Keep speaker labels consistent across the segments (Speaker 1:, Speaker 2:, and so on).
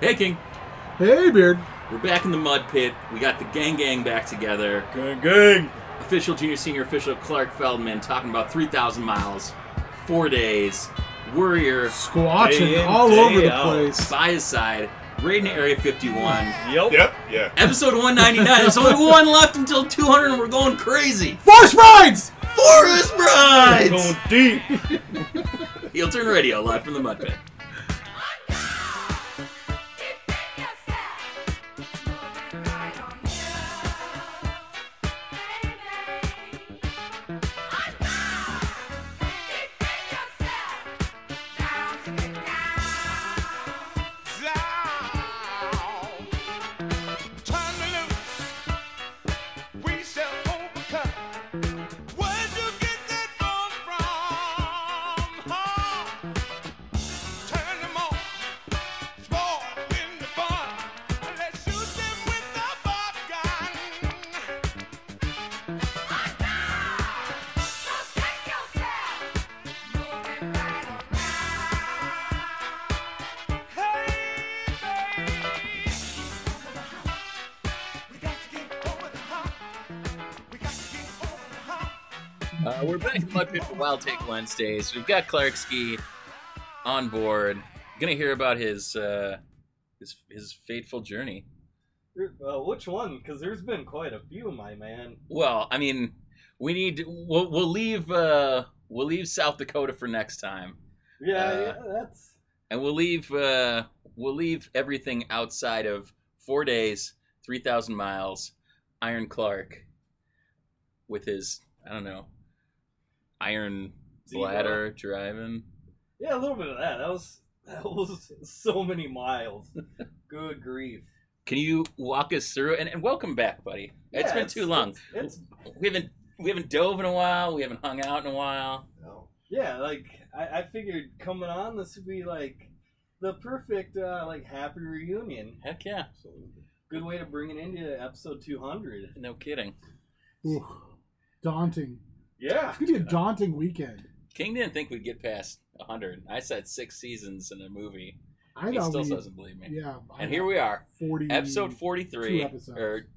Speaker 1: Hey, King.
Speaker 2: Hey, Beard.
Speaker 1: We're back in the mud pit. We got the gang gang back together.
Speaker 2: Gang, gang.
Speaker 1: Official junior senior official Clark Feldman talking about 3,000 miles, four days. Warrior
Speaker 2: Squatching
Speaker 3: Day in,
Speaker 2: all
Speaker 3: day
Speaker 2: over the
Speaker 3: out.
Speaker 2: place.
Speaker 1: by his side, raiding Area 51.
Speaker 3: Yep.
Speaker 4: Yep. Yeah.
Speaker 1: Episode 199. There's only one left until 200, and we're going crazy.
Speaker 2: Force rides!
Speaker 1: Forest
Speaker 3: Going
Speaker 1: Brides!
Speaker 3: deep.
Speaker 1: Heel Turn Radio, live from the mud pit. Uh, we're back in the mud pit for Wild Take Wednesdays. We've got Clarksky on board. Gonna hear about his uh, his his fateful journey.
Speaker 5: Uh, which one? Because there's been quite a few, my man.
Speaker 1: Well, I mean, we need we'll, we'll leave uh, we'll leave South Dakota for next time,
Speaker 5: Yeah,
Speaker 1: Uh,
Speaker 5: yeah, that's
Speaker 1: and we'll leave uh, we'll leave everything outside of four days, three thousand miles. Iron Clark with his I don't know iron
Speaker 5: Zero.
Speaker 1: bladder driving.
Speaker 5: yeah, a little bit of that. That was that was so many miles. Good grief.
Speaker 1: Can you walk us through and, and welcome back, buddy?
Speaker 5: Yeah,
Speaker 1: it's been too long.
Speaker 5: It's, it's
Speaker 1: We haven't we haven't dove in a while. We haven't hung out in a while.
Speaker 5: yeah, like I, I figured coming on this would be like the perfect uh, like happy reunion.
Speaker 1: Heck yeah,
Speaker 5: Good way to bring it into episode 200.
Speaker 1: no kidding.
Speaker 2: Oof. Daunting.
Speaker 5: Yeah.
Speaker 2: It's going to be a daunting weekend.
Speaker 1: King didn't think we'd get past hundred. I said six seasons in a movie.
Speaker 2: I
Speaker 1: he
Speaker 2: thought
Speaker 1: still
Speaker 2: we,
Speaker 1: doesn't believe me.
Speaker 2: Yeah. I
Speaker 1: and here
Speaker 2: thought
Speaker 1: we are,
Speaker 2: 40,
Speaker 1: episode forty-three
Speaker 2: two episodes.
Speaker 1: or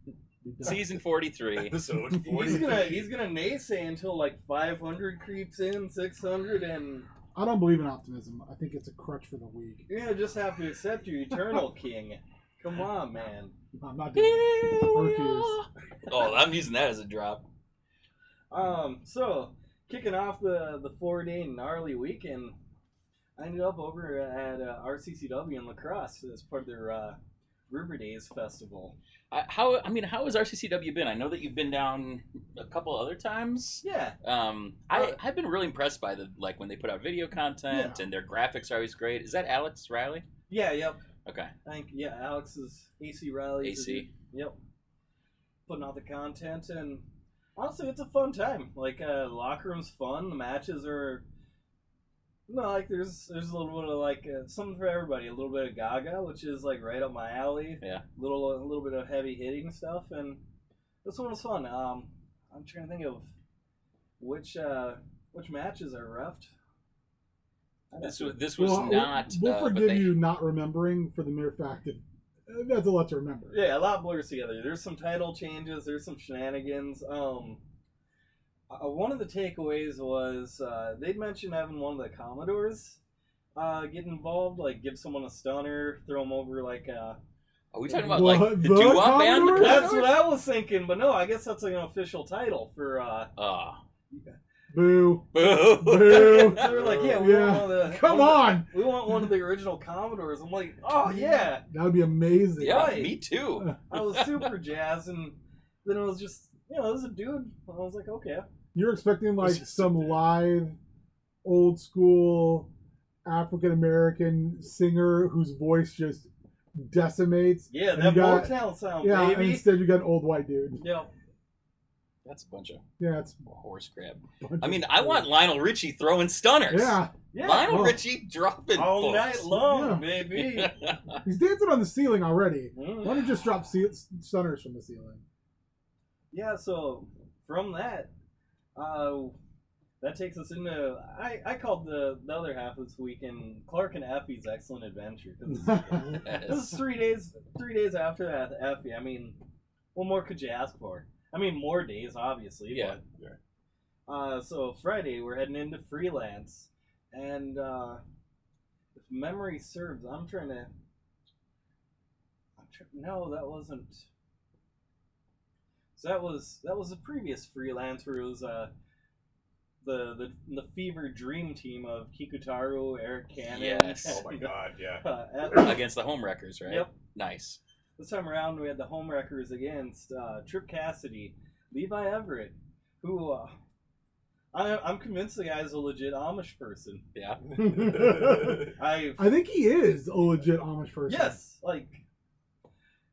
Speaker 1: season forty-three.
Speaker 4: Episode
Speaker 5: He's
Speaker 4: 40.
Speaker 5: gonna he's gonna naysay until like 500 creeps in, 600, and
Speaker 2: I don't believe in optimism. I think it's a crutch for the weak.
Speaker 5: you're gonna just have to accept your eternal king. Come on, man.
Speaker 2: I'm not doing it.
Speaker 1: oh, I'm using that as a drop.
Speaker 5: Um, so kicking off the the four day gnarly weekend, I ended up over at uh, RCCW in Lacrosse as part of their uh, River Days festival.
Speaker 1: I, how I mean, how has RCCW been? I know that you've been down a couple other times.
Speaker 5: Yeah,
Speaker 1: Um,
Speaker 2: Uh,
Speaker 1: I, I've been really impressed by the like when they put out video content and their graphics are always great. Is that Alex Riley?
Speaker 5: yeah, yep.
Speaker 1: Okay,
Speaker 5: I think yeah, Alex is AC Riley. is the
Speaker 1: AC.
Speaker 5: dude. Yep. Putting out the content and honestly, it's a fun time. Like uh, locker room's fun. The matches are. No, like there's there's a little bit of like uh, something for everybody. A little bit of Gaga, which is like right up my alley.
Speaker 1: Yeah.
Speaker 5: Little a little bit of heavy hitting stuff, and this one was fun. Um, I'm trying to think of which uh which matches are refed.
Speaker 1: This was this was
Speaker 2: Well,
Speaker 1: not.
Speaker 2: We'll
Speaker 1: uh, but
Speaker 2: forgive
Speaker 1: they-
Speaker 2: you not remembering for the mere fact that uh, that's a lot to remember.
Speaker 5: Yeah, a lot blurs together. There's some title changes. There's some shenanigans. Um, uh, one of the takeaways was uh, they mentioned having one of the Commodores uh, get involved, like give someone a stunner, throw them over. Like uh,
Speaker 1: Are we talking about
Speaker 2: What,
Speaker 1: like the
Speaker 2: the
Speaker 1: doo wop band?
Speaker 2: Commodores?
Speaker 1: The
Speaker 5: that's what I was thinking, but no, I guess that's like an official title for. Uh,
Speaker 1: oh.
Speaker 2: Boo.
Speaker 1: Boo.
Speaker 2: Boo.
Speaker 5: they were like, yeah, we
Speaker 2: Yeah.
Speaker 5: want one of the.
Speaker 2: Come
Speaker 5: one of
Speaker 2: on.
Speaker 5: the- we want one of the original Commodores. I'm like, oh yeah.
Speaker 2: That would be amazing.
Speaker 1: yeah,
Speaker 5: Right.
Speaker 1: me too.
Speaker 5: I was super jazzed, and then it was just, you know, there's a dude. And I was like, okay.
Speaker 2: You're expecting like some live, old school African American singer whose voice just decimates.
Speaker 5: Yeah,
Speaker 2: And
Speaker 5: that
Speaker 2: you got-
Speaker 5: Motown sound,
Speaker 2: Yeah, and
Speaker 5: baby.
Speaker 2: instead you got an old white dude.
Speaker 5: Yeah,
Speaker 1: That's a bunch of
Speaker 2: Yeah, it's.
Speaker 1: horse crap.
Speaker 2: a bunch
Speaker 1: I
Speaker 2: of-
Speaker 1: mean, I want Lionel Richie throwing stunners.
Speaker 2: Yeah,
Speaker 5: yeah.
Speaker 1: Lionel
Speaker 2: Oh.
Speaker 1: Richie dropping
Speaker 5: all
Speaker 1: folks.
Speaker 5: night long, baby.
Speaker 2: he's dancing on the ceiling already. Why
Speaker 5: Mm.
Speaker 2: don't you just drop ce- stunners from the ceiling?
Speaker 5: yeah. So from that, uh, that takes us into I, I called the, the other half of this weekend Clark and Effie's Excellent Adventure. 'cause this is three days three days after that Effie. I mean, what more could you ask for? I mean, more days obviously.
Speaker 1: Yeah.
Speaker 5: But, Uh, so Friday we're heading into freelance, and uh, if memory serves, I'm trying to. I'm try- no, that wasn't. So that was that was the previous freelance where it was uh, the the the Fever Dream team of Kikutaru, Eric Cannon.
Speaker 1: Yes.
Speaker 3: Oh my god, yeah.
Speaker 5: Uh, Effie.
Speaker 1: against the homewreckers, right?
Speaker 5: Yep.
Speaker 1: Nice.
Speaker 5: This time around, we had the homewreckers against uh, Trip Cassidy, Levi Everett, who uh, I, I'm convinced the guy's a legit Amish person.
Speaker 1: Yeah.
Speaker 5: I
Speaker 2: I think he is a legit Amish person.
Speaker 5: yes, like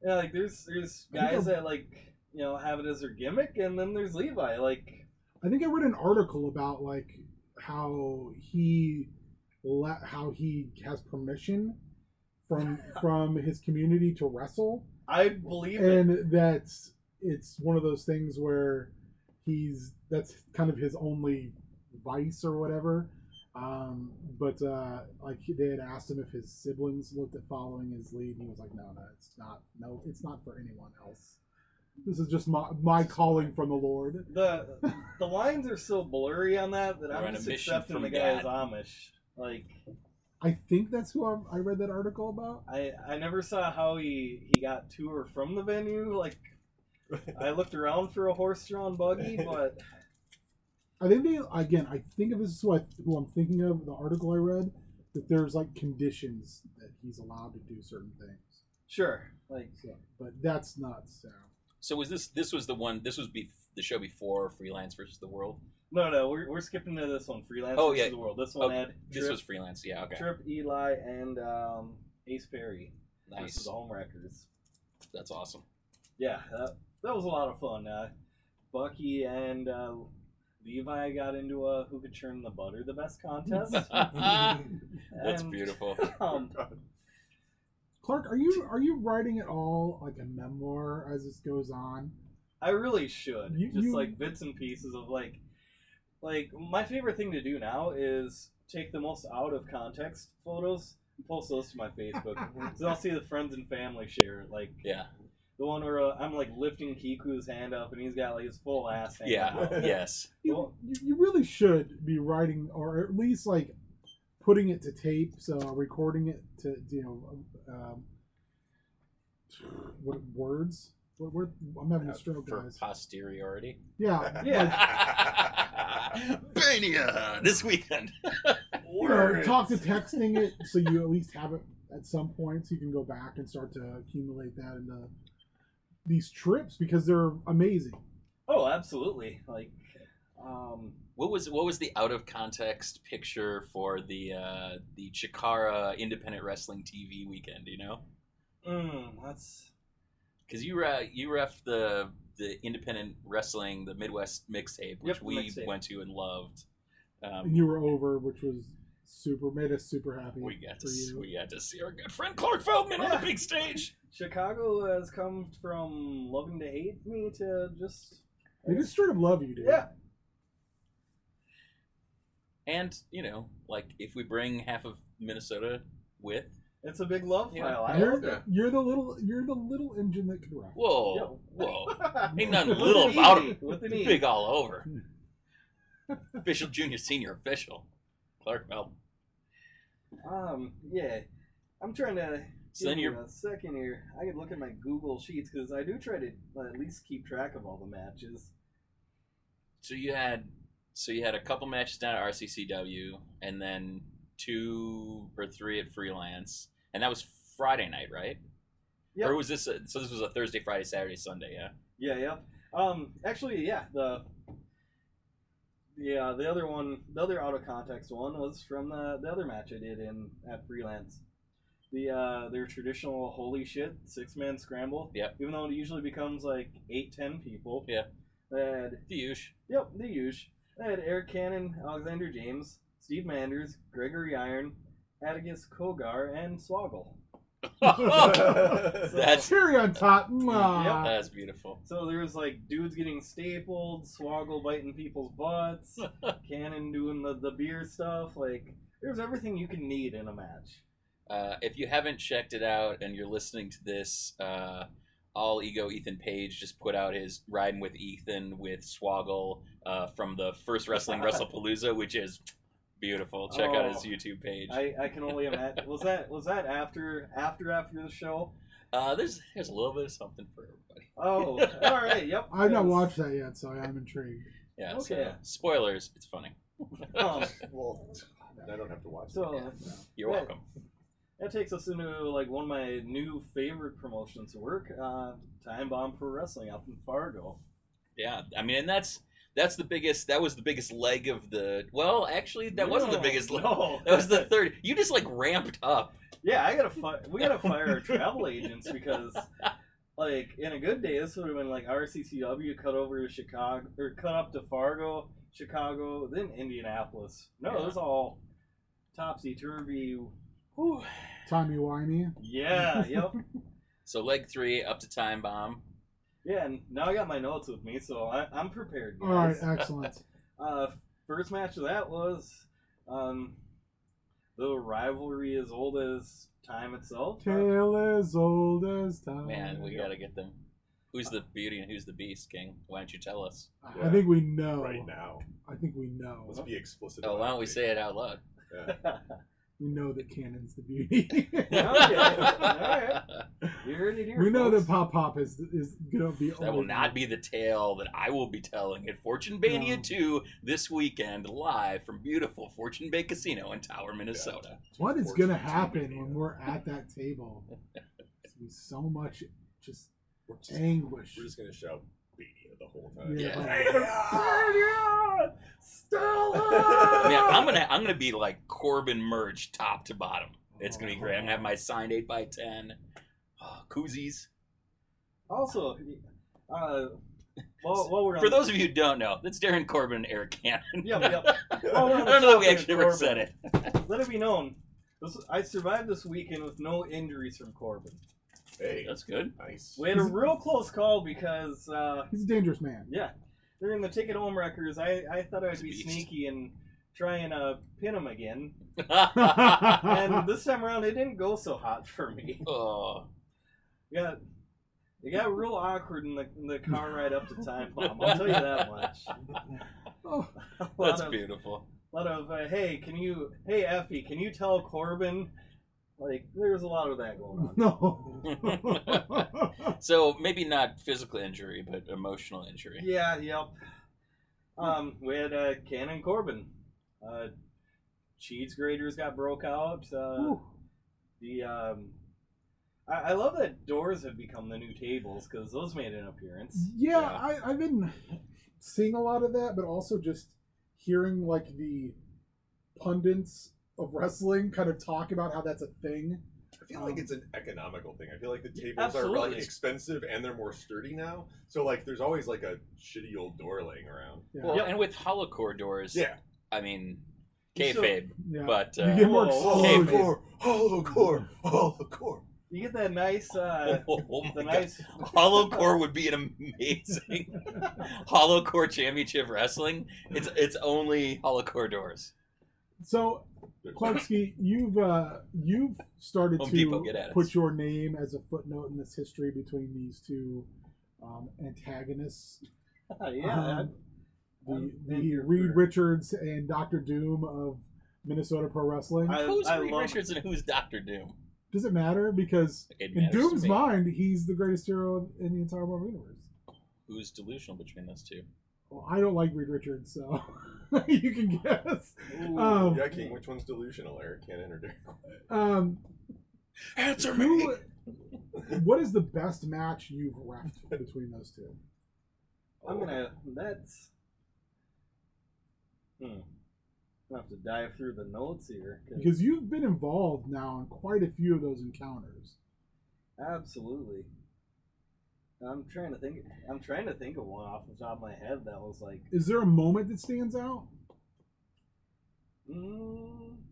Speaker 5: yeah, like there's there's
Speaker 2: I think
Speaker 5: guys
Speaker 2: I'm-
Speaker 5: that like you know have it as their gimmick, and then there's Levi. Like
Speaker 2: I think I read an article about like how he let how he has permission from from his community to wrestle,
Speaker 5: I believe it.
Speaker 2: and that's it's one of those things where he's that's kind of his only vice or whatever. Um, but uh, like they had asked him if his siblings looked at following his lead, and he was like, "No, no, it's not. No, it's not for anyone else. This is just my my calling from the Lord."
Speaker 5: the the lines are so blurry on that that
Speaker 1: We're
Speaker 5: I'm
Speaker 1: on a
Speaker 5: just
Speaker 1: mission
Speaker 5: accepting
Speaker 1: from
Speaker 5: the guy
Speaker 1: God.
Speaker 5: as Amish. Like
Speaker 2: I think that's who I, I read that article about.
Speaker 5: I I never saw how he he got to or from the venue. Like I looked around for a horse-drawn buggy, but
Speaker 2: I think they again. I think if this is who I who I'm thinking of. The article I read that there's like conditions that he's allowed to do certain things.
Speaker 5: sure. Like
Speaker 2: So, but that's not so.
Speaker 1: So was this this was the one this was bef- the show before Freelance versus the World?
Speaker 5: no, no, we're, we're skipping to this one. Freelance
Speaker 1: Oh,
Speaker 5: versus
Speaker 1: yeah.
Speaker 5: the world. This
Speaker 1: Oh,
Speaker 5: one had
Speaker 1: This
Speaker 5: Trip,
Speaker 1: was Freelance. Yeah. Okay.
Speaker 5: Trip Eli and um, Ace Perry versus
Speaker 1: Nice.
Speaker 5: the Homewreckers.
Speaker 1: That's awesome.
Speaker 5: Yeah, that, that was a lot of fun. Uh, Bucky and uh, Levi got into a who could churn the butter the best contest.
Speaker 1: That's
Speaker 5: And,
Speaker 1: beautiful. Uh,
Speaker 5: Um,
Speaker 2: Clark, are you are you writing at all like a memoir as this goes on?
Speaker 5: I really should.
Speaker 2: You-
Speaker 5: just
Speaker 2: you-
Speaker 5: like bits and pieces of like like my favorite thing to do now is take the most out of context photos and post those to my Facebook. so I'll see the friends and family share it. Like
Speaker 1: Yeah.
Speaker 5: the one where uh, I'm like lifting Kiku's hand up and he's got like his full ass hand
Speaker 1: Yeah.
Speaker 5: out.
Speaker 1: Oh, Yes.
Speaker 2: You, you, you really should be writing, or at least like putting it to tape, so uh, recording it to you know um, what words. What, word I'm having a
Speaker 1: Uh,
Speaker 2: stroke,
Speaker 1: For
Speaker 2: guys.
Speaker 1: posteriority.
Speaker 2: Yeah,
Speaker 5: Yeah.
Speaker 1: Bania this weekend.
Speaker 2: you know,
Speaker 5: Words.
Speaker 2: talk to texting it so you at least have it at some point so you can go back and start to accumulate that into these trips because they're amazing.
Speaker 5: Oh, absolutely. Like um
Speaker 1: What was what was the out of context picture for the uh, the Chikara Independent Wrestling TV weekend? You know,
Speaker 5: mm, that's
Speaker 1: because you re- you ref the the Independent Wrestling the Midwest mixtape, which
Speaker 5: Yep, the
Speaker 1: we
Speaker 5: mixtape.
Speaker 1: went to and loved.
Speaker 2: And
Speaker 1: Um,
Speaker 2: you were over, which was super made us super happy.
Speaker 1: we got to
Speaker 2: for
Speaker 1: s-
Speaker 2: you.
Speaker 1: we got to see our good friend Clark Feldman on the
Speaker 5: Yeah.
Speaker 1: big stage.
Speaker 5: Chicago has come from loving to hate me to just
Speaker 2: They just straight up love you, dude.
Speaker 5: yeah.
Speaker 1: And you know, like if we bring half of Minnesota with,
Speaker 5: It's a big love
Speaker 1: Yeah.
Speaker 5: file. I
Speaker 2: You're,
Speaker 5: love it.
Speaker 2: you're the little you're the little engine that could rock.
Speaker 1: whoa,
Speaker 5: Yo.
Speaker 1: whoa, ain't nothing little about him.
Speaker 5: With an E.
Speaker 1: Big all over. official junior, senior, official. Clark Feldman.
Speaker 5: Um, yeah. I'm trying to.
Speaker 1: So then
Speaker 5: give
Speaker 1: you're
Speaker 5: me a second here. I could look at my Google Sheets because I do try to uh, at least keep track of all the matches.
Speaker 1: So you had so you had a couple matches down at RCCW, and then two or three at Freelance, and that was Friday night, right?
Speaker 5: Yep.
Speaker 1: Or was this a, so? This was a Thursday, Friday, Saturday, Sunday. Yeah.
Speaker 5: Yeah, yep. Um, actually, yeah. The yeah, the other one, the other out of context one was from the, the other match I did in at freelance. The uh, their traditional holy shit six man scramble.
Speaker 1: Yep.
Speaker 5: Even though it usually becomes like eight ten people.
Speaker 1: Yeah.
Speaker 5: And
Speaker 1: Fuge.
Speaker 5: Yep, the huge. They had Eric Cannon, Alexander James, Steve Manders, Gregory Iron, Atticus Kogar, and Swoggle.
Speaker 1: That's-
Speaker 2: Cherry on top. mwah.
Speaker 1: That's beautiful.
Speaker 5: So there was like dudes getting stapled, swoggle biting people's butts, Cannon doing the, the beer stuff. Like there's everything you can need in a match.
Speaker 1: Uh, if you haven't checked it out and you're listening to this, uh, all ego Ethan Page just put out his riding with Ethan with Swoggle uh, from the first wrestling WrestlePalooza, which is beautiful. Check out his
Speaker 5: Oh.
Speaker 1: YouTube page.
Speaker 5: I, I can only imagine. Was that was that after after after the show?
Speaker 1: Uh, there's there's a little bit of something for everybody.
Speaker 5: Oh, all right. Yep.
Speaker 2: I've not
Speaker 5: yes.
Speaker 2: watched that yet, so I'm intrigued.
Speaker 1: Yeah. so,
Speaker 5: Okay.
Speaker 1: spoilers. It's funny.
Speaker 5: Um,
Speaker 3: well, I don't have to watch.
Speaker 5: so
Speaker 1: You're
Speaker 5: Yeah.
Speaker 1: welcome.
Speaker 5: that takes us into like one of my new favorite promotions to work, uh, Time Bomb Pro Wrestling up in Fargo.
Speaker 1: Yeah. I mean, and that's that's the biggest. That was the biggest leg of the. Well, actually, that wasn't the
Speaker 5: No,
Speaker 1: biggest leg.
Speaker 5: No,
Speaker 1: That was the third. You just like ramped up.
Speaker 5: Yeah, I gotta fi- we gotta fire our travel agents because, like, in a good day, this would have been like RCCW cut over to Chicago or cut up to Fargo, Chicago, then Indianapolis. No, it was all topsy turvy.
Speaker 1: Whew.
Speaker 2: Timey wimey.
Speaker 5: Yeah, yep,
Speaker 1: So leg three up to time bomb.
Speaker 5: yeah. And now I got my notes with me, so I- I'm prepared.
Speaker 2: All right,
Speaker 5: Guys.
Speaker 2: excellent.
Speaker 5: Uh, first match of that was, um, the rivalry as old as time itself.
Speaker 2: Tale as old as time.
Speaker 1: Man, we gotta get them. Who's the beauty and who's the beast, King? Why don't you tell us?
Speaker 2: I think we know.
Speaker 3: Right now,
Speaker 2: I think we know.
Speaker 3: let's be explicit.
Speaker 1: Oh,
Speaker 3: about
Speaker 1: why don't we
Speaker 3: it.
Speaker 1: say it out loud?
Speaker 3: Yeah.
Speaker 2: We know that Canon's the beauty.
Speaker 5: alright. You heard it here.
Speaker 2: we know
Speaker 5: folks.
Speaker 2: that Pop Pop is is gonna be.
Speaker 1: That will not be the tale that I will be telling at Fortune Bania
Speaker 2: No.
Speaker 1: 2 this weekend, live from beautiful Fortune Bay Casino in Tower, Minnesota.
Speaker 2: What is
Speaker 3: Unfortunately,
Speaker 2: gonna happen
Speaker 3: yeah.
Speaker 2: when we're at that table? It's gonna be so much just
Speaker 3: We're just,
Speaker 2: anguish.
Speaker 3: we're just gonna shout Beania the whole time.
Speaker 1: Yeah.
Speaker 5: Bania!
Speaker 1: I mean,
Speaker 5: Stella!
Speaker 1: I'm gonna I'm gonna be like Corbin merge top to bottom. It's gonna be great. I'm gonna have my signed eight x ten uh, koozies.
Speaker 5: Also, uh, while, while we're on
Speaker 1: For those of you who don't know, that's Darren Corbin and Eric Cannon.
Speaker 5: yep, yep. While we're
Speaker 1: I
Speaker 5: on
Speaker 1: don't know that
Speaker 5: the
Speaker 1: we
Speaker 5: topic of
Speaker 1: actually ever
Speaker 5: Corbin,
Speaker 1: said it.
Speaker 5: Let it be known, this, I survived this weekend with no injuries from Corbin.
Speaker 3: Hey,
Speaker 1: That's good.
Speaker 3: nice.
Speaker 5: We had a real close call because, uh,
Speaker 2: He's a dangerous man.
Speaker 5: yeah, during the ticket home wreckers, I, I thought I'd be
Speaker 1: Beast.
Speaker 5: sneaky and try and uh, pin him again. And
Speaker 2: and
Speaker 5: this time around, it didn't go so hot for me.
Speaker 1: oh,
Speaker 5: Yeah. It got real awkward in the, in the car ride up to Time Bomb. I'll tell you that much.
Speaker 2: oh,
Speaker 5: A lot
Speaker 1: that's
Speaker 5: of,
Speaker 1: beautiful.
Speaker 5: lot of uh, hey, can you, hey Effie, can you tell Corbin? Like, there's a lot of that going on.
Speaker 2: no.
Speaker 1: So maybe not physical injury, but emotional injury.
Speaker 5: Yeah, yep. Um, we had uh, Cannon Corbin. Uh, cheese graters got broke out. Uh,
Speaker 2: Ooh.
Speaker 5: the um, I, I love that doors have become the new tables because those made an appearance.
Speaker 2: yeah,
Speaker 1: Yeah.
Speaker 2: I, I've been seeing a lot of that, but also just hearing like the pundits of wrestling kind of talk about how that's a thing.
Speaker 3: I feel like it's an economical thing. I feel like the tables
Speaker 5: absolutely.
Speaker 3: are really expensive and they're more sturdy now. So like, there's always like a shitty old door laying around.
Speaker 2: Yeah,
Speaker 1: Well,
Speaker 5: Yep.
Speaker 1: and with holocaur doors,
Speaker 3: Yeah.
Speaker 1: I mean,
Speaker 5: So-
Speaker 1: kayfabe,
Speaker 2: yeah.
Speaker 1: but
Speaker 2: you
Speaker 1: uh,
Speaker 2: get more
Speaker 5: Whoa,
Speaker 2: exposure.
Speaker 1: okay,
Speaker 3: holocore, holocore.
Speaker 5: You get that nice, uh,
Speaker 1: oh, oh my
Speaker 5: the
Speaker 1: God.
Speaker 5: nice
Speaker 1: Holocore would be an amazing Holocore Championship Wrestling. It's it's only Holocore doors.
Speaker 2: So, Clarksky, you've uh, you've started
Speaker 1: Home
Speaker 2: to
Speaker 1: Depot, get at us.
Speaker 2: put your name as a footnote in this history between these two um, antagonists.
Speaker 5: yeah,
Speaker 2: Um, the
Speaker 5: I'm- I'm
Speaker 2: the
Speaker 5: here
Speaker 2: Reed
Speaker 5: for-
Speaker 2: Richards and Doctor Doom of Minnesota Pro Wrestling.
Speaker 5: I,
Speaker 1: who's
Speaker 5: I
Speaker 1: Reed
Speaker 5: love
Speaker 1: Richards and who's Doctor Doom?
Speaker 2: Does it matter? Because
Speaker 1: It
Speaker 2: in
Speaker 1: matters to
Speaker 2: Doom's
Speaker 1: me.
Speaker 2: mind, he's the greatest hero in the entire Marvel universe.
Speaker 1: Who's delusional between those two?
Speaker 2: Well, I don't like Reed Richards, so you can guess.
Speaker 5: Ooh,
Speaker 2: Um,
Speaker 3: Yeah, King. Which one's delusional, Eric Cannon or Derek? White?
Speaker 2: Um,
Speaker 1: Answer
Speaker 2: who, what is the best match you've ref between those two?
Speaker 5: I'm gonna. That's. Hmm. I'm gonna have to dive through the notes here. 'cause-
Speaker 2: Because you've been involved now in quite a few of those encounters.
Speaker 5: absolutely. I'm trying to think. I'm trying to think of one off the top of my head that was like.
Speaker 2: Is there a moment that stands out?
Speaker 5: Mm,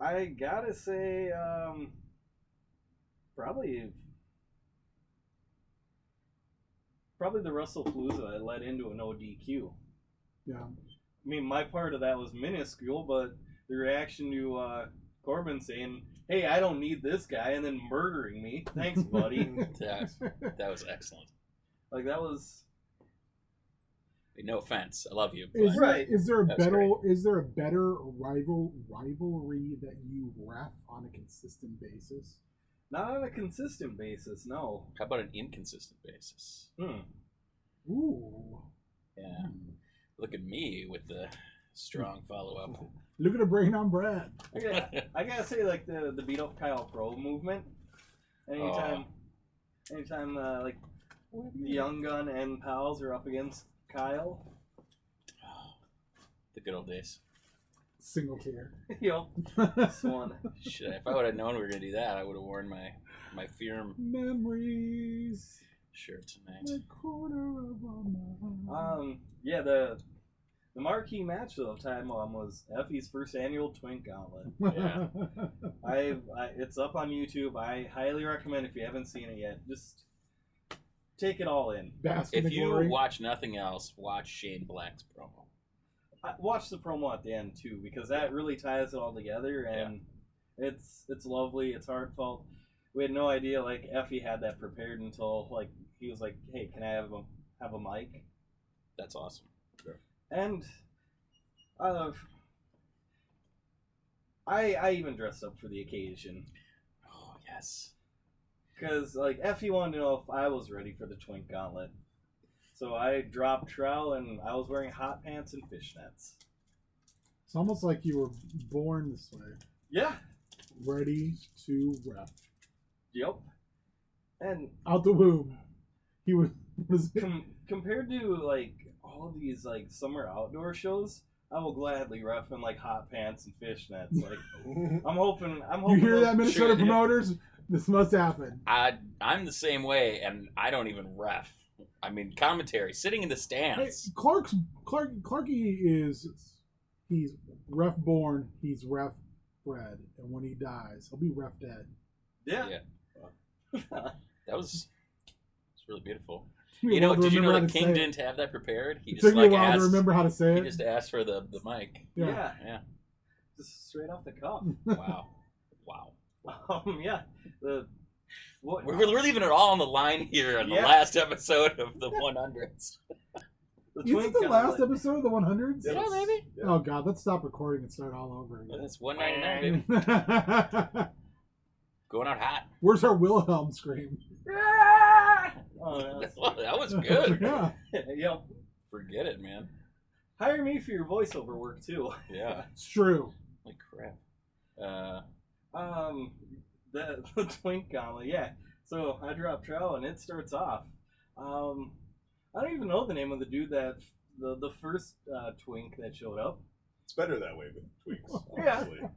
Speaker 5: I gotta say, um, probably probably the Russell Palooza that led into an ODQ.
Speaker 2: Yeah.
Speaker 5: I mean, my part of that was minuscule, but the reaction to uh, Corbin saying, "Hey, I don't need this guy," and then murdering me, thanks, buddy.
Speaker 1: That, that was excellent.
Speaker 5: like that was
Speaker 1: No offense, I love you.
Speaker 2: Is,
Speaker 1: But
Speaker 5: Right.
Speaker 2: is there a
Speaker 1: That's
Speaker 2: better is there a better rival rivalry that you ref on a consistent basis?
Speaker 5: not on a consistent basis. No.
Speaker 1: how about an inconsistent basis?
Speaker 5: Hmm.
Speaker 2: Ooh.
Speaker 1: Yeah, look at me with the strong follow up.
Speaker 2: Look at a brain on Brad.
Speaker 5: I gotta, I gotta say, like the the beat up Kyle Pro movement. Anytime, anytime, uh, like the young gun and pals are up against Kyle,
Speaker 1: Hmm. The good old days.
Speaker 2: Single tear.
Speaker 5: you know, swan.
Speaker 1: Shit, if I would have known we were gonna do that, I would have worn my my firm
Speaker 2: Memories.
Speaker 1: shirt tonight.
Speaker 2: The corner of my
Speaker 1: Uh,
Speaker 2: eye.
Speaker 5: Um, yeah, the the marquee match of the time um, was Effie's first annual Twink Gauntlet.
Speaker 1: yeah.
Speaker 5: I, I it's up on YouTube. I highly recommend if you haven't seen it yet, just take it all in.
Speaker 2: Bask in
Speaker 1: If
Speaker 2: the glory.
Speaker 1: you watch nothing else, watch Shane Black's promo.
Speaker 5: I, watch the promo at the end too because that really ties it all together and it's it's lovely it's heartfelt we had no idea like effie had that prepared until like he was like hey can i have a have a mic
Speaker 1: That's awesome.
Speaker 5: and uh, i i even dressed up for the occasion
Speaker 1: Oh yes.
Speaker 5: because like effie wanted to know if i was ready for the twink gauntlet so i dropped trowel and i was wearing hot pants and fishnets
Speaker 2: It's almost like you were born this way.
Speaker 5: yeah
Speaker 2: Ready to ref.
Speaker 5: yep and
Speaker 2: Out the womb. He was, was
Speaker 5: Com- compared to like all of these like summer outdoor shows, I will gladly ref in like hot pants and fishnets. Like I'm hoping, I'm
Speaker 2: You
Speaker 5: hoping.
Speaker 2: hear that, Minnesota
Speaker 1: Oh, Sure.
Speaker 2: promoters? This must happen.
Speaker 1: I I'm the same way, and I don't even ref. I mean, commentary, sitting in the
Speaker 2: Hey,
Speaker 1: stands.
Speaker 2: Clark's Clark Clarky is he's ref born, he's ref bred, and when he dies, he'll be ref dead.
Speaker 5: Yeah.
Speaker 1: Yeah. That was it's really beautiful.
Speaker 2: Took me a
Speaker 1: You know,
Speaker 2: while to
Speaker 1: did you know
Speaker 2: remember how
Speaker 1: that
Speaker 2: to say
Speaker 1: King
Speaker 2: it.
Speaker 1: didn't have that prepared? He
Speaker 2: It
Speaker 1: just
Speaker 2: took me a
Speaker 1: like
Speaker 2: while to
Speaker 1: asked.
Speaker 2: remember how to say
Speaker 1: He
Speaker 2: it.
Speaker 1: just asked for the the mic.
Speaker 5: yeah,
Speaker 2: Yeah.
Speaker 1: Yeah.
Speaker 5: just straight off the cuff.
Speaker 1: Wow. wow.
Speaker 5: um, yeah, the what?
Speaker 1: We're, we're leaving it all on the line here on the
Speaker 5: Yeah.
Speaker 1: last episode of the 100s.
Speaker 5: the
Speaker 2: Is it
Speaker 5: twink
Speaker 2: the last
Speaker 5: gauntlet.
Speaker 2: episode of the 100s?
Speaker 1: Yeah, maybe.
Speaker 2: Oh god, let's stop recording and start all over
Speaker 1: Well,
Speaker 2: again.
Speaker 1: That's 199, baby. Going out hot.
Speaker 2: Where's our Wilhelm scream?
Speaker 5: Oh, that's-
Speaker 1: that was good.
Speaker 2: yeah.
Speaker 5: yep.
Speaker 1: Forget it, man.
Speaker 5: Hire me for your voiceover work too.
Speaker 1: Yeah.
Speaker 2: It's true.
Speaker 1: Holy crap. Uh,
Speaker 5: Um, the, the twink gauntlet, yeah. So I drop trowel and it starts off. Um, I don't even know the name of the dude that the the first uh, twink that showed up.
Speaker 3: It's better that way with twinks,
Speaker 5: Yeah.
Speaker 3: honestly.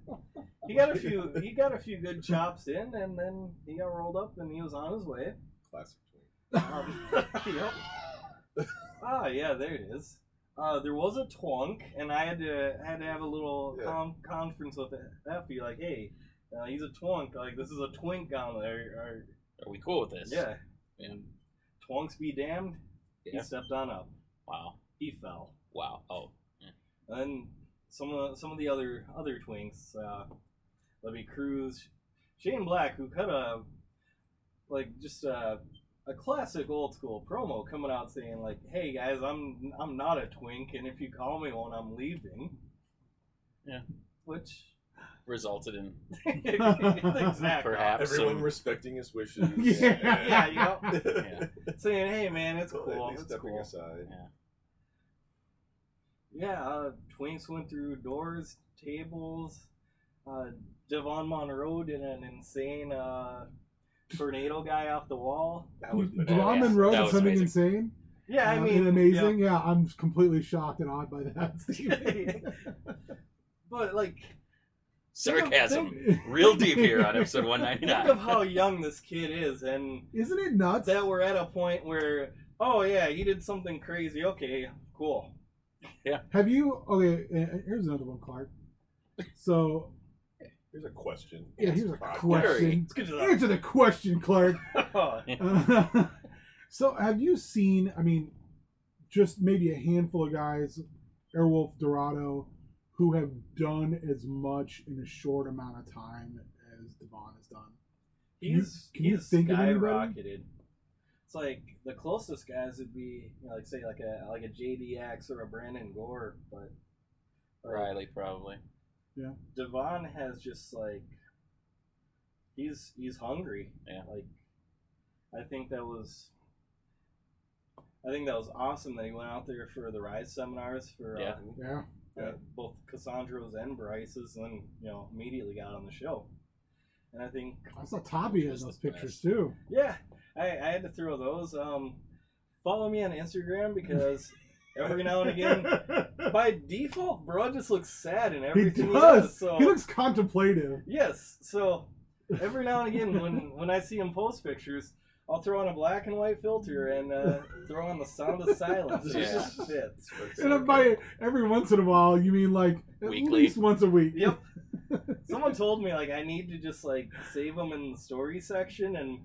Speaker 5: He got a few he got a few good chops in, and then he got rolled up and he was on his way.
Speaker 3: Classic twink.
Speaker 5: Um, yep. Ah, yeah, there it is. Uh, there was a twunk, and I had to had to have a little
Speaker 3: Yeah.
Speaker 5: com- conference with Effie, like, hey, uh, he's a twunk, like this is a twink gauntlet, or, or
Speaker 1: are we cool with this?
Speaker 5: yeah.
Speaker 1: Man.
Speaker 5: Twonks be damned.
Speaker 1: Yeah.
Speaker 5: He stepped on up.
Speaker 1: Wow.
Speaker 5: He fell.
Speaker 1: Wow. Oh.
Speaker 5: And then some of the, some of the other other twinks, uh, Levy Cruz, Shane Black, who cut a like just a, a classic old school promo coming out saying like, "Hey guys, I'm I'm not a twink, and if you call me one, I'm leaving."
Speaker 1: Yeah.
Speaker 5: Which
Speaker 1: Resulted in
Speaker 5: exactly.
Speaker 1: perhaps
Speaker 3: Everyone
Speaker 1: some.
Speaker 3: respecting his wishes.
Speaker 5: Yeah, you know,
Speaker 1: yeah.
Speaker 5: saying, "Hey man, it's
Speaker 3: Totally,
Speaker 5: cool,
Speaker 3: at least
Speaker 5: it's
Speaker 3: stepping
Speaker 5: cool."
Speaker 3: aside.
Speaker 5: Yeah, uh, Twinks went through doors, tables. Uh, Devon Monroe did an insane uh, tornado guy off the wall.
Speaker 3: That was
Speaker 1: Did
Speaker 2: Dom
Speaker 1: yeah.
Speaker 3: bananas.
Speaker 2: Monroe
Speaker 1: That
Speaker 2: did
Speaker 1: was
Speaker 2: something
Speaker 1: amazing.
Speaker 2: insane.
Speaker 5: Yeah, I
Speaker 2: Um,
Speaker 5: mean,
Speaker 2: and amazing. Yeah. I'm completely shocked and awed by that.
Speaker 5: yeah.
Speaker 2: Steve.
Speaker 5: but like,
Speaker 2: Oh,
Speaker 1: Sarcasm. Real deep here on episode
Speaker 5: think
Speaker 1: 199.
Speaker 5: of how young this kid is, and
Speaker 2: Isn't it nuts?
Speaker 5: that we're at a point where, oh yeah, he did something crazy. Okay, cool.
Speaker 2: Have you? Okay, uh, here's another one, Clark. So,
Speaker 3: Here's a question.
Speaker 2: Yeah, here's a
Speaker 3: Podcast.
Speaker 2: question.
Speaker 5: Let's get to that.
Speaker 2: Answer the question, Clark.
Speaker 5: Oh.
Speaker 2: Uh, so have you seen i mean just maybe a handful of guys airwolf dorado who have done as much in a short amount of time as devon has done
Speaker 5: he's
Speaker 2: Can you- can you
Speaker 5: he's
Speaker 2: think of anybody?
Speaker 5: skyrocketed. It's like the closest guys would be, you know, like say like a like a JDX or a Brandon Gore, but uh,
Speaker 1: Riley probably.
Speaker 5: Devon has just like he's he's hungry.
Speaker 1: Yeah.
Speaker 5: Like I think that was I think that was awesome that he went out there for the rise seminars for
Speaker 1: Yeah.
Speaker 2: yeah
Speaker 5: uh, uh, both Cassandra's and Bryce's, and then you know immediately got on the show. And I think
Speaker 2: i saw Tabby in
Speaker 1: Just
Speaker 2: those
Speaker 1: the
Speaker 2: pictures too
Speaker 5: yeah, I, I had to throw those. Um, follow me on Instagram because every now and again, by default, bro just looks sad in everything he does.
Speaker 2: does.
Speaker 5: so
Speaker 2: he looks contemplative
Speaker 5: yes, so every now and again, when when I see him post pictures, I'll throw on a black and white filter and uh, throw on the sound of silence. It
Speaker 1: Yeah.
Speaker 5: just fits.
Speaker 2: and if by every once in a while you mean like at
Speaker 1: Weekly.
Speaker 2: least once a week
Speaker 5: Yep. Someone told me like I need to just like save them in the story section, and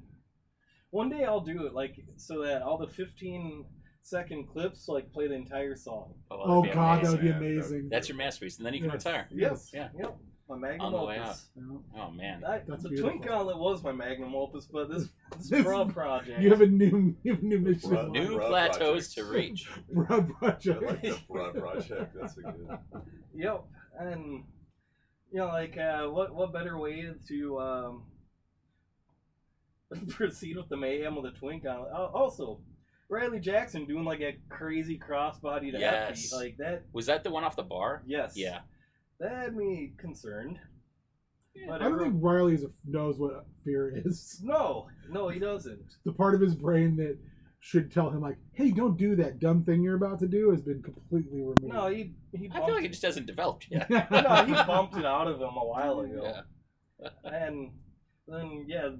Speaker 5: one day I'll do it like so that all the fifteen second clips like play the entire song.
Speaker 1: Oh, that'd
Speaker 2: oh
Speaker 1: be
Speaker 2: god that
Speaker 1: amazing.
Speaker 2: would be
Speaker 3: Yeah, that would-
Speaker 2: amazing
Speaker 1: That's your masterpiece, and then you can
Speaker 2: Yes.
Speaker 1: retire.
Speaker 2: yes
Speaker 1: Yeah.
Speaker 5: Yep, my magnum
Speaker 1: On the way
Speaker 5: opus.
Speaker 1: Oh man,
Speaker 5: That,
Speaker 2: That's
Speaker 5: the
Speaker 2: beautiful.
Speaker 5: Twink Gauntlet was my magnum opus, but this this,
Speaker 2: This-
Speaker 5: Bra project.
Speaker 2: you have a new you have a new mission
Speaker 3: Well,
Speaker 1: new
Speaker 3: Bruh
Speaker 1: plateaus
Speaker 3: project.
Speaker 1: to reach.
Speaker 2: Bro,
Speaker 3: I
Speaker 2: project.
Speaker 3: like the broad project. That's a good.
Speaker 5: Yep, and you know, like, uh, what what better way to um, proceed with the mayhem of the twink on? Uh, also, Riley Jackson doing like a crazy crossbody to
Speaker 1: Yes.
Speaker 5: Effie, like that.
Speaker 1: Was that the one off the bar?
Speaker 5: Yes,
Speaker 1: Yeah.
Speaker 5: that had me concerned. But
Speaker 2: I don't
Speaker 5: everyone-
Speaker 2: think Riley is a, knows what fear is.
Speaker 5: no, no, he doesn't.
Speaker 2: The part of his brain that should tell him like, "Hey, don't do that dumb thing you're about to do," has been completely removed.
Speaker 5: No, he he. Bumped,
Speaker 1: I feel like it just hasn't developed yet.
Speaker 5: no, he bumped it out of him a while ago.
Speaker 1: Yeah.
Speaker 5: and then yeah,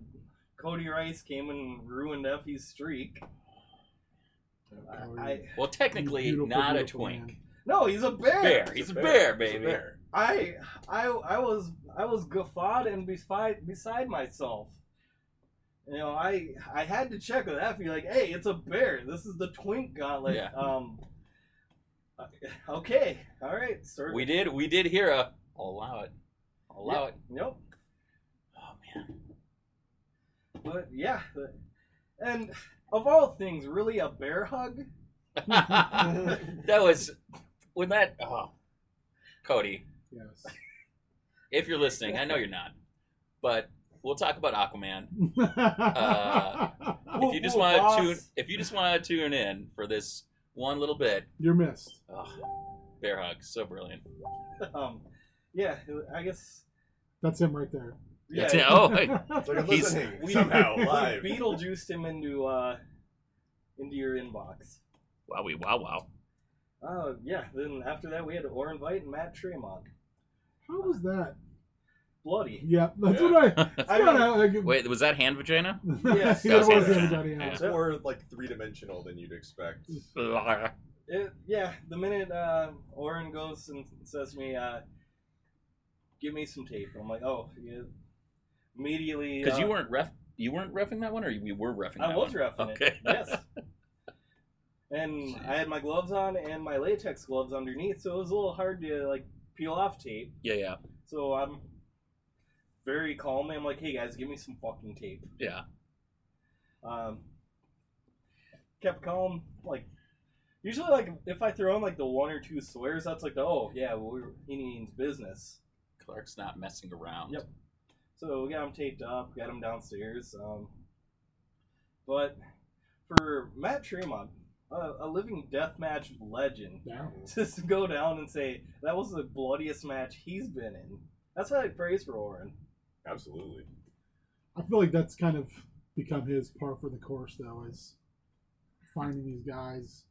Speaker 5: Cody Rice came and ruined Effie's streak. I, I
Speaker 1: Well, technically,
Speaker 2: Oh, Beautiful,
Speaker 1: not a
Speaker 2: beautiful
Speaker 1: twink.
Speaker 2: man.
Speaker 5: no, he's a bear.
Speaker 1: Bear. He's a bear,
Speaker 3: It's a
Speaker 1: baby.
Speaker 3: bear.
Speaker 5: I I I was I was guffawed and beside beside myself. You know, I I had to check with Effie like, hey, it's a bear. This is the twink gauntlet.
Speaker 1: Yeah.
Speaker 5: Um. uh, Okay. All right. Sir.
Speaker 1: We did. We did hear a. I'll allow it. I'll allow it.
Speaker 5: Nope.
Speaker 1: Oh man.
Speaker 5: But yeah, and of all things, really a bear hug.
Speaker 1: that was when that. Oh, Cody,
Speaker 2: yes.
Speaker 1: if you're listening, I know you're not, but we'll talk about Aquaman. if you just
Speaker 5: Whoa, whoa,
Speaker 1: want to tune,
Speaker 5: boss.
Speaker 1: if you just want to tune in for this one little bit,
Speaker 2: you're missed.
Speaker 1: oh, bear hug, so brilliant.
Speaker 5: Um. Yeah. I guess.
Speaker 2: That's him right there.
Speaker 5: Yeah.
Speaker 1: Yeah, Oh, hey,
Speaker 3: It's like I'm
Speaker 1: He's-
Speaker 3: listening
Speaker 5: we-
Speaker 3: somehow
Speaker 2: we
Speaker 3: live.
Speaker 5: Beetlejuiced him into uh, into your inbox.
Speaker 1: wowie, wow, wow.
Speaker 5: Uh, yeah. Then after that, we had Oren Vite and Matt Tremont.
Speaker 2: How was that?
Speaker 5: Bloody.
Speaker 2: Yeah, that's
Speaker 3: Yeah.
Speaker 2: what I. That's
Speaker 5: I
Speaker 2: what
Speaker 5: mean,
Speaker 2: I like,
Speaker 1: Wait, was that hand vagina?
Speaker 5: yes.
Speaker 2: yeah,
Speaker 1: That was
Speaker 2: it
Speaker 1: it.
Speaker 2: was everybody
Speaker 1: Yeah.
Speaker 2: else.
Speaker 3: It's more like three dimensional than you'd expect.
Speaker 1: Blah.
Speaker 5: It, yeah. The minute uh, Oren goes and says to me, uh, "Give me some tape," I'm like, "Oh, yeah." Immediately.
Speaker 1: Because
Speaker 5: uh,
Speaker 1: you weren't ref, you weren't refing that one, or you were refing.
Speaker 5: I
Speaker 1: that
Speaker 5: was
Speaker 1: one?
Speaker 5: roughing it.
Speaker 1: Okay.
Speaker 5: Yes. And I had my gloves on and my latex gloves underneath, so it was a little hard to like peel off tape.
Speaker 1: Yeah, yeah,
Speaker 5: So I'm very calmly, I'm like, "Hey guys, give me some fucking tape."
Speaker 1: yeah.
Speaker 5: Um, kept calm. Like usually, like if I throw in like the one or two swears, that's like, the, "Oh yeah, we're, he means business."
Speaker 1: Clark's not messing around.
Speaker 5: Yep. So we got him taped up, got him downstairs. Um, but for Matt Tremont, a, a living deathmatch legend,
Speaker 2: Yeah.
Speaker 5: just to go down and say that was the bloodiest match he's been in. That's why I praise for Oren.
Speaker 3: Absolutely.
Speaker 2: I feel like that's kind of become his par for the course, though, is finding these guys,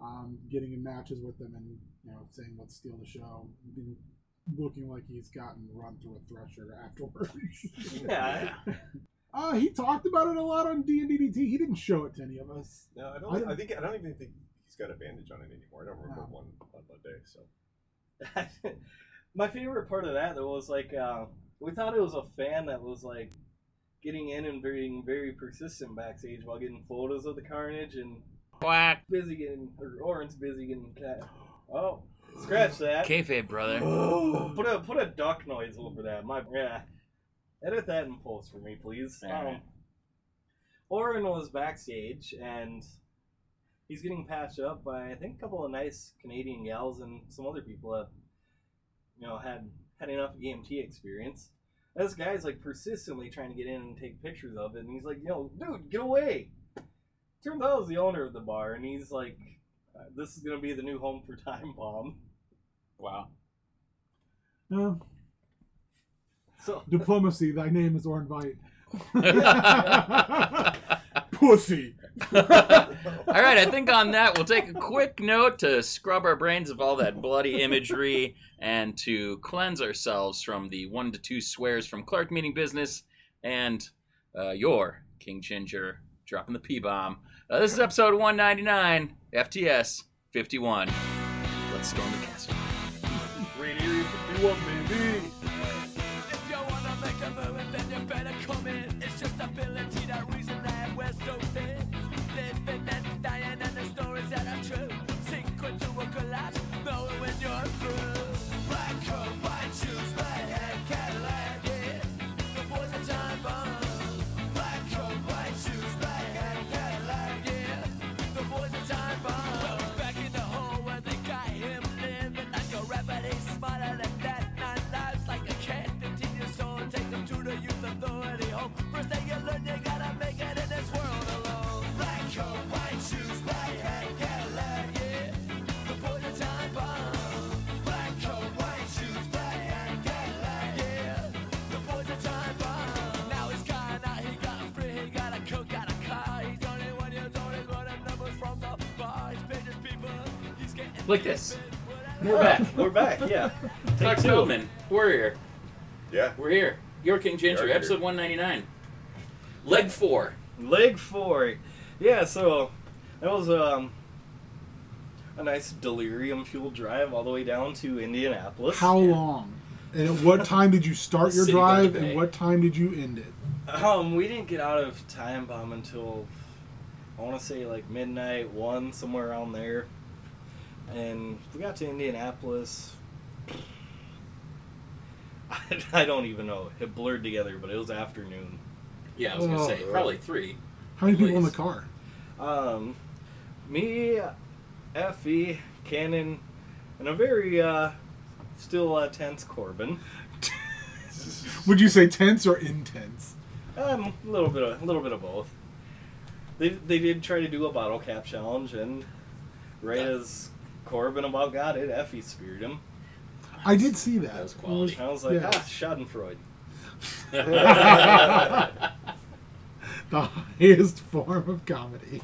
Speaker 2: um, getting in matches with them, and you know, saying let's steal the show, and looking like he's gotten run through a thresher afterwards.
Speaker 5: Yeah.
Speaker 2: uh, he talked about it a lot on D and DDT. He didn't show it to any of us.
Speaker 3: No, I
Speaker 2: I
Speaker 3: don't.
Speaker 2: don't-
Speaker 3: I think I don't even think he's got a bandage on it anymore. I don't remember one on Monday. So
Speaker 5: My favorite part of that though was like uh, We thought it was a fan that was like getting in and being very persistent backstage while getting photos of the carnage and
Speaker 4: Quack.
Speaker 5: busy getting or Orin's busy getting cat. Oh, scratch that.
Speaker 4: Kayfabe, brother.
Speaker 5: Put a put a duck noise over that. My yeah. Edit that in post for me, please. Um,
Speaker 1: Alright.
Speaker 5: Orin was backstage and he's getting patched up by I think a couple of nice Canadian gals and some other people that you know had had enough EMT experience. And This guy's like persistently trying to get in and take pictures of it, and he's like, "Yo, dude, get away!" Turns out it was the owner of the bar, and he's like, uh, "This is gonna be the new home for Time Bomb."
Speaker 1: Wow.
Speaker 2: Uh,
Speaker 5: So
Speaker 2: diplomacy. Thy name is Orin Vite.
Speaker 4: All
Speaker 2: Pussy.
Speaker 4: right.
Speaker 1: All right, I think on that we'll take a quick note to scrub our brains of all that bloody imagery and to cleanse ourselves from the one to two swears from Clark Meeting Business and uh, your King Ginger dropping the P bomb. Uh, this is episode 199, FTS 51. Let's storm the castle.
Speaker 5: Rain Area 51, baby.
Speaker 6: If you wanna make a movie, then you better come in. It's just ability, the reason that we're so thin. Living and dying, and the stories that are true. Secret to a collapse, knowing when you're through. Black coat, white shoes, red head, Cadillac, yeah. The boys are time bomb. Black coat, white shoes, red head, Cadillac, yeah. The boys are time bomb. Well, it's back in the hole where they got him living, and your repidate's smarter than that. Nine lives like a cat, 15 years old. Take them to the youth authority home. First thing you learn, you gotta make it in this world alone. Black coat, white shoes, black hat, Cadillac, yeah. The boys are time bomb. Black coat, white shoes, black hat, Cadillac, yeah. The boys are time bomb. Now he's gone out, he got free, he got a coat, got a car. He's only one year old, he's running numbers from the bar. He's paid his people, he's getting
Speaker 1: Like this.
Speaker 6: whatever.
Speaker 1: We're back.
Speaker 5: We're back, yeah.
Speaker 1: Clark
Speaker 4: two.
Speaker 1: Feldman, Warrior.
Speaker 3: Yeah.
Speaker 1: We're here. Your King Ginger,
Speaker 3: We're here.
Speaker 1: episode 199. Leg four.
Speaker 5: Leg four. Yeah, so that was um, a nice delirium fueled drive all the way down to Indianapolis.
Speaker 2: How long? And at what time did you start your
Speaker 1: City by the
Speaker 2: drive? And
Speaker 1: Bay.
Speaker 2: what time did you end it?
Speaker 5: Um, we didn't get out of Time Bomb until I want to say like midnight, one, somewhere around there. And we got to Indianapolis. I, I don't even know. It blurred together, but it was afternoon.
Speaker 1: Yeah, I was gonna
Speaker 2: Oh.
Speaker 1: say probably three.
Speaker 2: How many people in the
Speaker 1: Please.
Speaker 2: car?
Speaker 5: Um, me, Effie, Cannon, and a very uh, still uh, tense Corbin.
Speaker 2: Would you say tense or intense?
Speaker 5: Um, a little bit of a little bit of both. They they did try to do a bottle cap challenge, and right as Corbin about got it, Effie speared him.
Speaker 2: I did see that.
Speaker 1: That was quality.
Speaker 5: I was like,
Speaker 2: Yeah.
Speaker 5: ah, Schadenfreude.
Speaker 2: The highest form of comedy.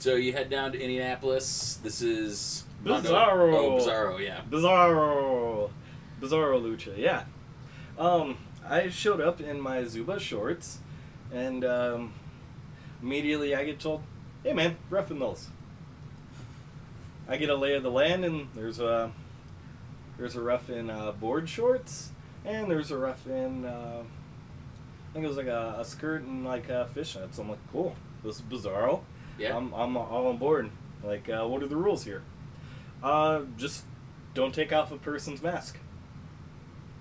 Speaker 1: So you head down to Indianapolis. This is Mondo-
Speaker 5: Bizarro.
Speaker 1: Oh, Bizarro, yeah.
Speaker 5: Bizarro, Bizarro Lucha, yeah. Um, I showed up in my Zuba shorts, and um, immediately I get told, "Hey, man, roughing those." I get a lay of the land, and there's a there's a rough in uh, board shorts, and there's a rough in uh, I think it was like a, a skirt and like uh, fishnets. I'm like, cool, this is Bizarro.
Speaker 1: Yeah.
Speaker 5: I'm, I'm all on board. Like, uh, what are the rules here? Uh, just don't take off a person's mask.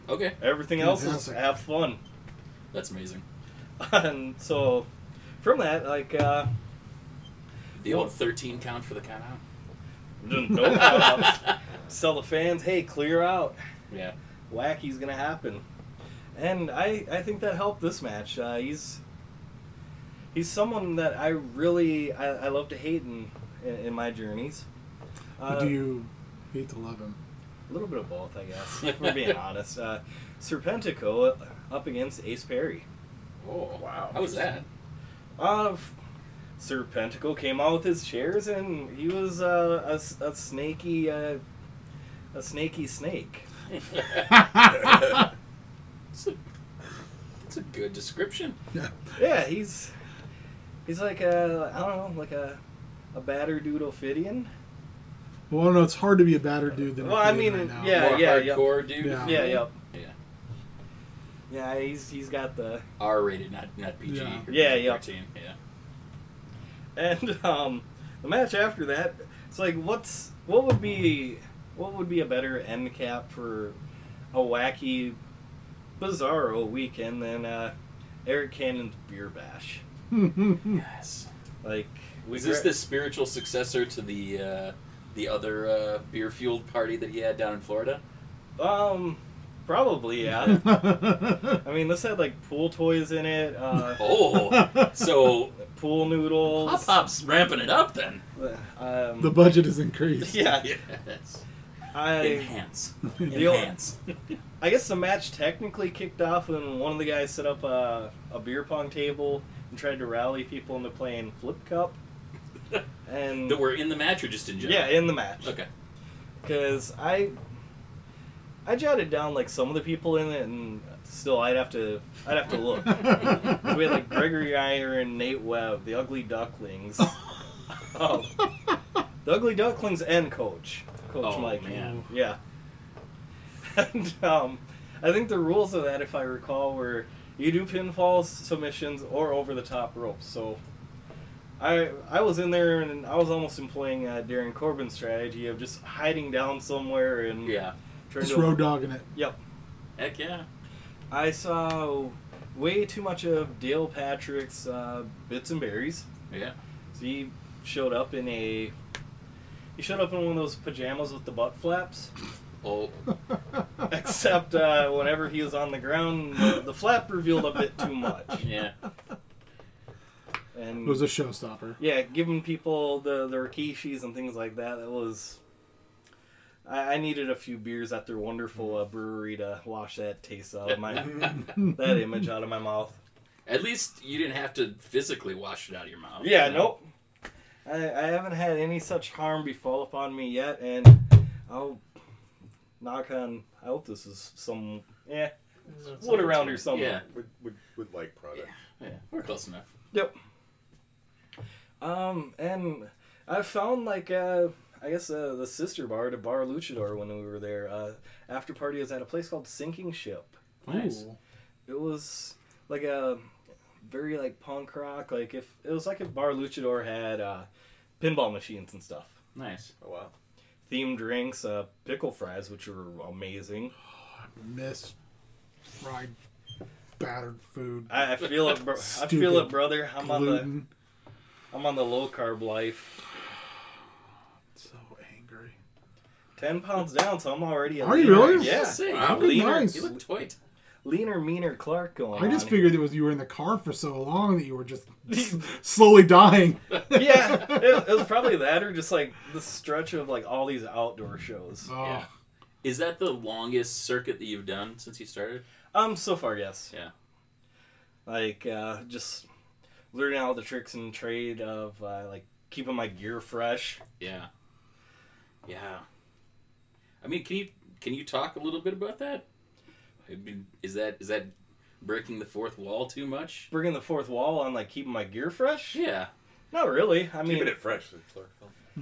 Speaker 1: okay,
Speaker 5: Everything else is
Speaker 2: Fantastic.
Speaker 5: have fun.
Speaker 1: that's amazing.
Speaker 5: and so, from that, like, uh,
Speaker 1: The
Speaker 5: Well-
Speaker 1: old thirteen count for the count out.
Speaker 5: no call-outs. Tell the fans, hey, clear out.
Speaker 1: Yeah.
Speaker 5: Wacky's gonna happen. And I, I think that helped this match. Uh, he's he's someone that I really I, I love to hate in in, in my journeys. Uh,
Speaker 2: Do you hate to love him?
Speaker 5: A little bit of both, I guess. If we're being honest, uh, Serpentico up against Ace Perry.
Speaker 1: Oh
Speaker 3: Wow.
Speaker 1: How was that?
Speaker 5: Uh, f- Serpentico came out with his chairs, and he was uh, a s- a, snaky uh, a snaky snake.
Speaker 1: It's a, it's a good description.
Speaker 5: Yeah, he's he's like a I don't know, like a a batter dude Ophidian.
Speaker 2: Well, I don't know. It's hard to be a badder dude than.
Speaker 5: Well,
Speaker 2: a
Speaker 5: I
Speaker 2: kid
Speaker 5: mean,
Speaker 2: right now.
Speaker 5: Yeah,
Speaker 1: More
Speaker 5: yeah, yeah.
Speaker 1: hardcore dude.
Speaker 2: Yeah.
Speaker 5: Yeah, yep.
Speaker 1: Yeah.
Speaker 5: Yeah, he's he's got the
Speaker 1: R rated, not not PG.
Speaker 2: Yeah.
Speaker 1: or
Speaker 5: Yeah, yeah.
Speaker 1: 13, yeah.
Speaker 5: and um, the match after that. It's like what's what would be what would be a better end cap for a wacky, bizarro weekend than uh, Eric Cannon's beer bash?
Speaker 1: Yes.
Speaker 5: Like, we
Speaker 1: Was this
Speaker 5: gra-
Speaker 1: the spiritual successor to the uh, the other uh, beer fueled party that he had down in Florida?
Speaker 5: Um, probably yeah. I mean, this had like pool toys in it, uh,
Speaker 1: Oh, so
Speaker 5: pool
Speaker 1: Pop
Speaker 5: noodles.
Speaker 1: Pop's ramping it up then.
Speaker 5: Um,
Speaker 2: the budget is increased.
Speaker 5: yeah,
Speaker 1: Yes.
Speaker 5: I
Speaker 1: Enhance.
Speaker 5: The old-
Speaker 1: Enhance.
Speaker 5: I guess the match technically kicked off when one of the guys set up a, a beer pong table and tried to rally people into playing flip cup. And
Speaker 1: that were in the match or just in general?
Speaker 5: yeah, in the match
Speaker 1: Okay.
Speaker 5: because I I jotted down like some of the people in it, and still I'd have to I'd have to look. we had like Gregory Iron, Nate Webb, the Ugly Ducklings. oh, the Ugly Ducklings and Coach, Coach
Speaker 1: Oh,
Speaker 5: Mike.
Speaker 1: man.
Speaker 5: Yeah. And um, I think the rules of that, if I recall, were you do pinfalls, submissions, or over the top ropes. So. I, I was in there and I was almost employing uh, Darren Corbin's strategy of just hiding down somewhere and
Speaker 1: Yeah.
Speaker 5: trying
Speaker 2: Just
Speaker 5: to
Speaker 2: road dogging it.
Speaker 1: Heck yeah.
Speaker 5: I saw way too much of Dale Patrick's uh, bits and berries.
Speaker 1: Yeah.
Speaker 5: So he showed up in a he showed up in one of those pajamas with the butt flaps.
Speaker 1: Oh,
Speaker 5: Except uh, whenever he was on the ground, the flap revealed a bit too much.
Speaker 1: yeah.
Speaker 5: And
Speaker 2: It was a showstopper.
Speaker 5: yeah, giving people the the rikishis and things like that. That was. I, I needed a few beers at their wonderful uh, brewery to wash that taste out of my that image out of my mouth.
Speaker 1: At least you didn't have to physically wash it out of your mouth.
Speaker 5: Yeah,
Speaker 1: you know?
Speaker 5: nope. I, I haven't had any such harm befall upon me yet, and I'll knock on. I hope this is some yeah wood around or something.
Speaker 1: Yeah.
Speaker 3: Would, would, would like product.
Speaker 1: Yeah. We're close enough.
Speaker 5: Um, and I found like uh, I guess uh, the sister bar to Bar Luchador when we were there. Uh, after party was at a place called Sinking Ship.
Speaker 1: Nice.
Speaker 2: Ooh.
Speaker 5: It was like a very like punk rock. Like if it was like if Bar Luchador had uh, pinball machines and stuff.
Speaker 1: Nice.
Speaker 3: Oh wow.
Speaker 5: Themed drinks, uh, pickle fries, which were amazing.
Speaker 2: Miss fried battered food.
Speaker 5: I, I feel it, bro- I feel
Speaker 2: Stupid
Speaker 5: it, brother. I'm on the
Speaker 2: gluten.
Speaker 5: I'm on the low carb life.
Speaker 2: So angry.
Speaker 5: Ten pounds down, so I'm already. a
Speaker 2: Are you
Speaker 5: leaner.
Speaker 2: really?
Speaker 1: I
Speaker 5: Yeah.
Speaker 1: was gonna say,
Speaker 2: Wow.
Speaker 1: you look leaner.
Speaker 2: Nice.
Speaker 1: You look toit.
Speaker 5: Leaner, meaner Clark going.
Speaker 2: I just
Speaker 5: on
Speaker 2: figured it was you were in the car for so long that you were just s- slowly dying.
Speaker 5: here. yeah, it, it was probably that, or just like the stretch of like all these outdoor shows.
Speaker 2: Oh,
Speaker 1: Yeah. Is that the longest circuit that you've done since you started?
Speaker 5: Um, so far, yes.
Speaker 1: Yeah.
Speaker 5: Like, uh, just learning all the tricks and trade of uh, like keeping my gear fresh.
Speaker 1: Yeah. Yeah. I mean, can you can you talk a little bit about that? I mean, is that is that breaking the fourth wall too much?
Speaker 5: Bringing the fourth wall on like keeping my gear fresh.
Speaker 1: Yeah.
Speaker 5: Not really. I mean,
Speaker 3: Keeping it fresh. is clear.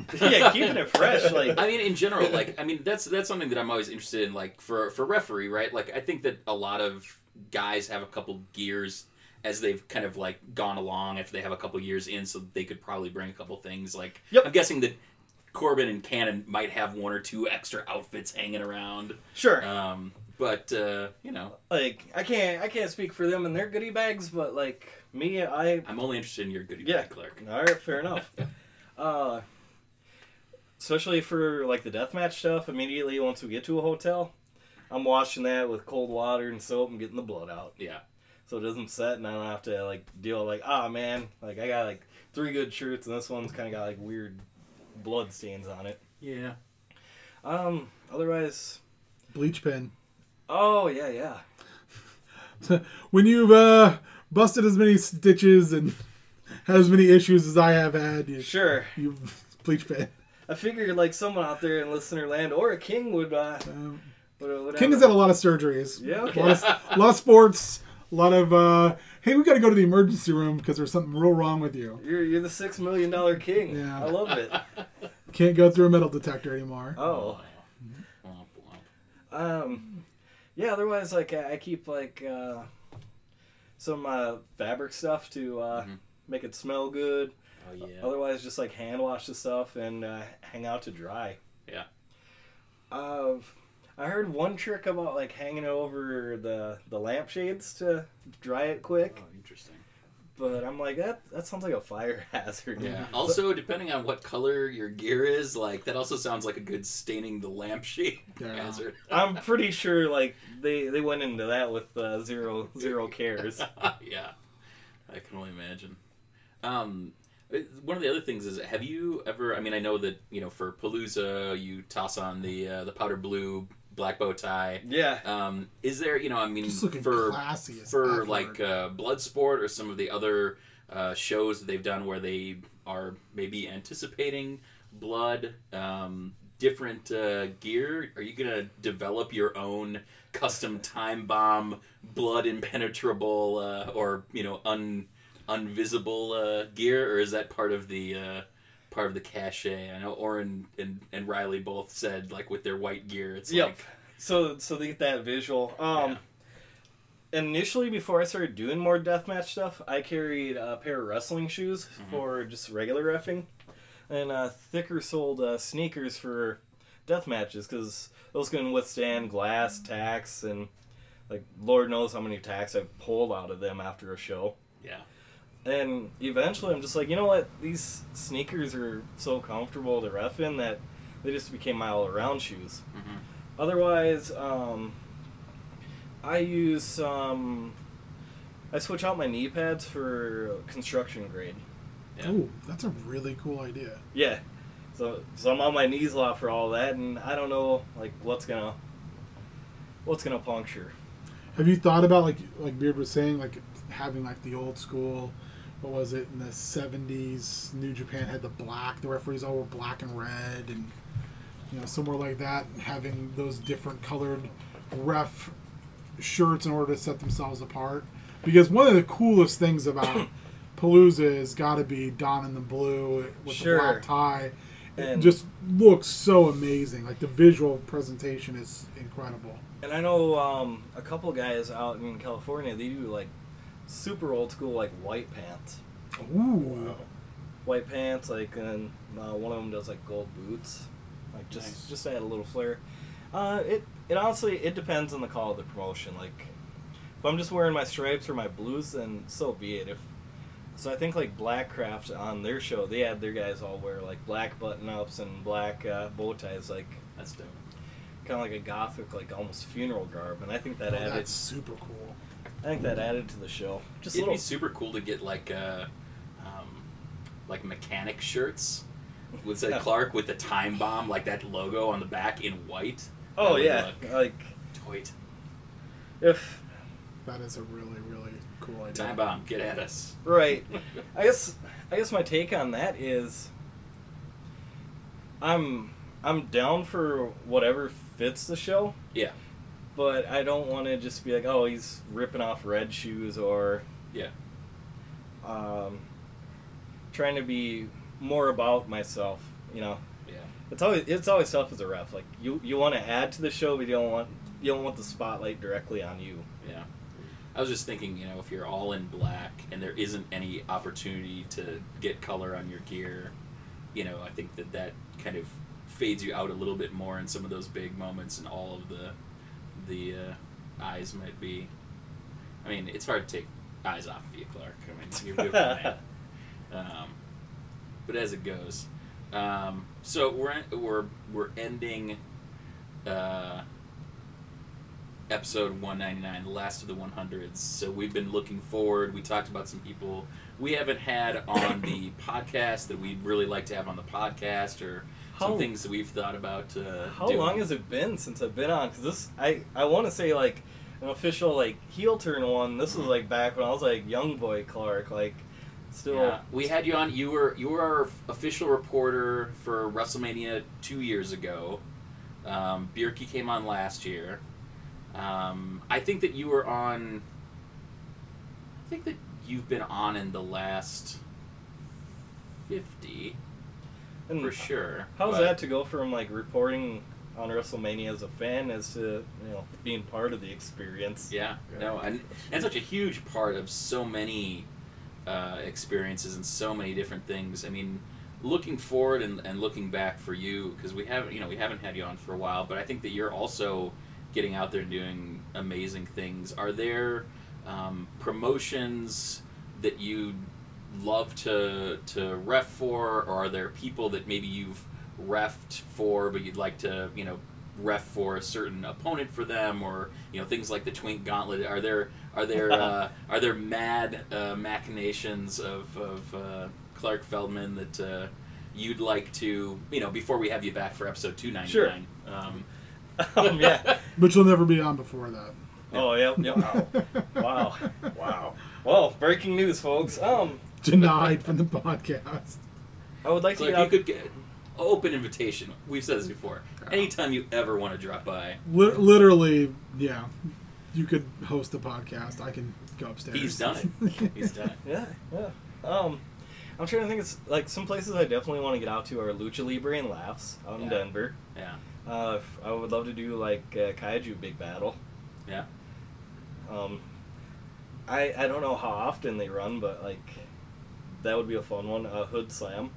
Speaker 5: yeah, keeping it fresh. Like,
Speaker 1: I mean, in general, like I mean, that's that's something that I'm always interested in. Like for for referee, right? Like I think that a lot of guys have a couple gears as they've kind of like gone along after they have a couple years in, so they could probably bring a couple things. Like
Speaker 5: Yep.
Speaker 1: I'm guessing that Corbin and Cannon might have one or two extra outfits hanging around.
Speaker 5: sure.
Speaker 1: Um, but uh, you know,
Speaker 5: like I can't I can't speak for them and their goodie bags, but like me, I
Speaker 1: I'm only interested in your goodie
Speaker 5: Yeah.
Speaker 1: bag clerk.
Speaker 5: all right, fair enough. Uh, especially for like the deathmatch stuff. Immediately once we get to a hotel, I'm washing that with cold water and soap and getting the blood out.
Speaker 1: Yeah.
Speaker 5: So it doesn't set, and I don't have to like deal like ah man, like I got like three good shirts, and this one's kind of got like weird blood stains on it.
Speaker 1: Yeah.
Speaker 5: Um, otherwise,
Speaker 2: bleach pen.
Speaker 5: oh yeah, yeah.
Speaker 2: When you've uh, busted as many stitches and had as many issues as I have had, you,
Speaker 5: Sure,
Speaker 2: you bleach pen.
Speaker 5: I figured like someone out there in listener land or a king would uh,
Speaker 2: Um,
Speaker 5: would, would
Speaker 2: King
Speaker 5: have
Speaker 2: has had a lot of surgeries.
Speaker 5: Yeah,
Speaker 2: A
Speaker 5: okay.
Speaker 2: lot of, a lot of sports. A lot of uh, hey, we got to go to the emergency room because there's something real wrong with you.
Speaker 5: You're, you're the six million dollar king.
Speaker 2: Yeah.
Speaker 5: I love it.
Speaker 2: Can't go through a metal detector anymore.
Speaker 5: Oh,
Speaker 1: Womp womp.
Speaker 5: um, yeah, otherwise, like I, I keep like uh, some uh, fabric stuff to uh,
Speaker 1: Mhm.
Speaker 5: make it smell good.
Speaker 1: Oh yeah.
Speaker 5: Otherwise, just like hand wash the stuff and uh, hang out to dry.
Speaker 1: Yeah.
Speaker 5: Uh, I heard one trick about like hanging over the the lampshades to dry it quick,
Speaker 1: Oh, interesting.
Speaker 5: but I'm like that that sounds like a fire hazard.
Speaker 1: Yeah. Also, depending on what color your gear is, like that also sounds like a good staining the lampshade
Speaker 2: Yeah.
Speaker 1: hazard.
Speaker 5: I'm pretty sure like they they went into that with uh, zero zero cares.
Speaker 1: yeah, I can only imagine. Um, it- one of the other things is, have you ever? I mean, I know that you know for Palooza, you toss on the uh, the powder blue black bow tie.
Speaker 5: yeah.
Speaker 1: Um, is there? You know, I mean,
Speaker 2: Just looking
Speaker 1: for
Speaker 2: classy as
Speaker 1: for
Speaker 2: F
Speaker 1: like
Speaker 2: word.
Speaker 1: uh, Bloodsport or some of the other uh, shows that they've done where they are maybe anticipating blood, um, different uh, gear. Are you gonna develop your own custom time bomb, blood impenetrable, uh, or you know un unvisible uh, gear, or is that part of the uh, part of the cachet? I know Oren and, and Riley both said like with their white gear, it's
Speaker 5: Yep.
Speaker 1: like
Speaker 5: So so they get that visual. Um initially before I started doing more deathmatch stuff, I carried a pair of wrestling shoes for just regular refing and uh, thicker soled uh, sneakers for death matches cuz those can withstand glass, tacks and like lord knows how many tacks I've pulled out of them after a show.
Speaker 1: yeah,
Speaker 5: And eventually I'm just like, you know what? These sneakers are so comfortable to ref in that they just became my all around shoes.
Speaker 1: Mhm.
Speaker 5: Otherwise, um, I use Um, I switch out my knee pads for construction grade.
Speaker 1: yeah.
Speaker 2: Ooh, that's a really cool idea.
Speaker 5: Yeah. So, so I'm on my knees a lot for all that, and I don't know like what's gonna what's gonna puncture.
Speaker 2: Have you thought about like like Beard was saying, like having like the old school what was it in the seventies, New Japan had the black, the referees all were black and red and you know, somewhere like that, and having those different colored ref shirts in order to set themselves apart. Because one of the coolest things about Palooza has got to be Don in the blue with
Speaker 5: Sure.
Speaker 2: the black tie. It
Speaker 5: And-
Speaker 2: just looks so amazing. Like the visual presentation is incredible.
Speaker 5: And I know um, a couple guys out in California they do like super old school like white pants.
Speaker 2: Ooh.
Speaker 5: white pants, like, and uh, one of them does like gold boots, like just
Speaker 1: Nice.
Speaker 5: just to add a little flair. Uh, it it honestly it depends on the call of the promotion. Like, if I'm just wearing my stripes or my blues, then so be it. If so, I think like Blackcraft on their show, they had their guys all wear like black button ups and black uh, bow ties, like
Speaker 1: That's dope.
Speaker 5: kind of like a gothic, like almost funeral garb, and I think that
Speaker 2: Oh,
Speaker 5: added
Speaker 2: that's super cool.
Speaker 5: I think that added to the show. Just a
Speaker 1: It'd
Speaker 5: little
Speaker 1: be super cool to get like uh, um, like mechanic shirts with say, Clark with the time bomb, like that logo on the back in white.
Speaker 5: oh
Speaker 1: would
Speaker 5: yeah,
Speaker 1: look
Speaker 5: like
Speaker 1: Toit.
Speaker 5: if
Speaker 2: That is a really, really cool idea.
Speaker 1: Time bomb, get at us.
Speaker 5: right. I guess I guess my take on that is I'm I'm down for whatever fits the show,
Speaker 1: Yeah.
Speaker 5: but I don't want to just be like, oh, he's ripping off red shoes or
Speaker 1: Yeah.
Speaker 5: um, trying to be more about myself. You know,
Speaker 1: Yeah.
Speaker 5: it's always it's always tough as a ref. Like you you want to add to the show, but you don't want you don't want the spotlight directly on you.
Speaker 1: Yeah. I was just thinking, you know, if you're all in black and there isn't any opportunity to get color on your gear, you know, I think that that kind of fades you out a little bit more in some of those big moments, and all of the the uh, eyes might be. I mean, it's hard to take eyes off of you, Clark. I mean, you're doing that. Um, but as it goes, um, so we're en- we're we're ending. Uh, episode 199 the last of the 100s so we've been looking forward we talked about some people we haven't had on the podcast that we'd really like to have on the podcast or
Speaker 5: How-
Speaker 1: some things that we've thought about uh,
Speaker 5: How
Speaker 1: doing.
Speaker 5: long has it been since I've been on? Because this, I, I want to say like an official like heel turn one. This was like back when I was like young boy Clark, like still.
Speaker 1: Yeah. we had you on you were you were our official reporter for wrestlemania two years ago um, Bierke came on last year um, i think that you were on i think that you've been on in the last 50
Speaker 5: and
Speaker 1: for sure
Speaker 5: How's
Speaker 1: but-
Speaker 5: Hmm. that to go from like reporting on WrestleMania as a fan as to you know being part of the experience.
Speaker 1: Yeah, no, and and such a huge part of so many uh, experiences and so many different things. I mean, looking forward and, and looking back for you because we haven't you know we haven't had you on for a while, but I think that you're also getting out there and doing amazing things. Are there um, promotions that you love to to ref for, or are there people that maybe you've refed for but you'd like to you know ref for a certain opponent for them or you know things like the twink gauntlet are there are there uh, are there mad uh, machinations of, of uh, clark feldman that uh, you'd like to you know before we have you back for episode 299 um,
Speaker 5: um, yeah.
Speaker 2: But you'll never be on before that.
Speaker 5: Oh, yep, yep. Wow.
Speaker 3: Wow.
Speaker 5: Well, breaking news, folks. Um,
Speaker 2: Denied from the podcast.
Speaker 5: I would like
Speaker 1: so
Speaker 5: to
Speaker 1: if
Speaker 5: get
Speaker 1: you
Speaker 5: out.
Speaker 1: could get open invitation we've said this before anytime you ever want to drop by
Speaker 2: Lit literally, yeah. You could host a podcast. I can go upstairs.
Speaker 1: he's done it he's done it
Speaker 5: Yeah, yeah. Um, I'm trying to think. It's like some places I definitely want to get out to are Lucha Libre and Laughs out in
Speaker 1: Yeah.
Speaker 5: Denver.
Speaker 1: yeah
Speaker 5: Uh, if- I would love to do like uh, Kaiju Big Battle.
Speaker 1: Yeah.
Speaker 5: Um, I I don't know how often they run, but like that would be a fun one. Uh, Hood Slam,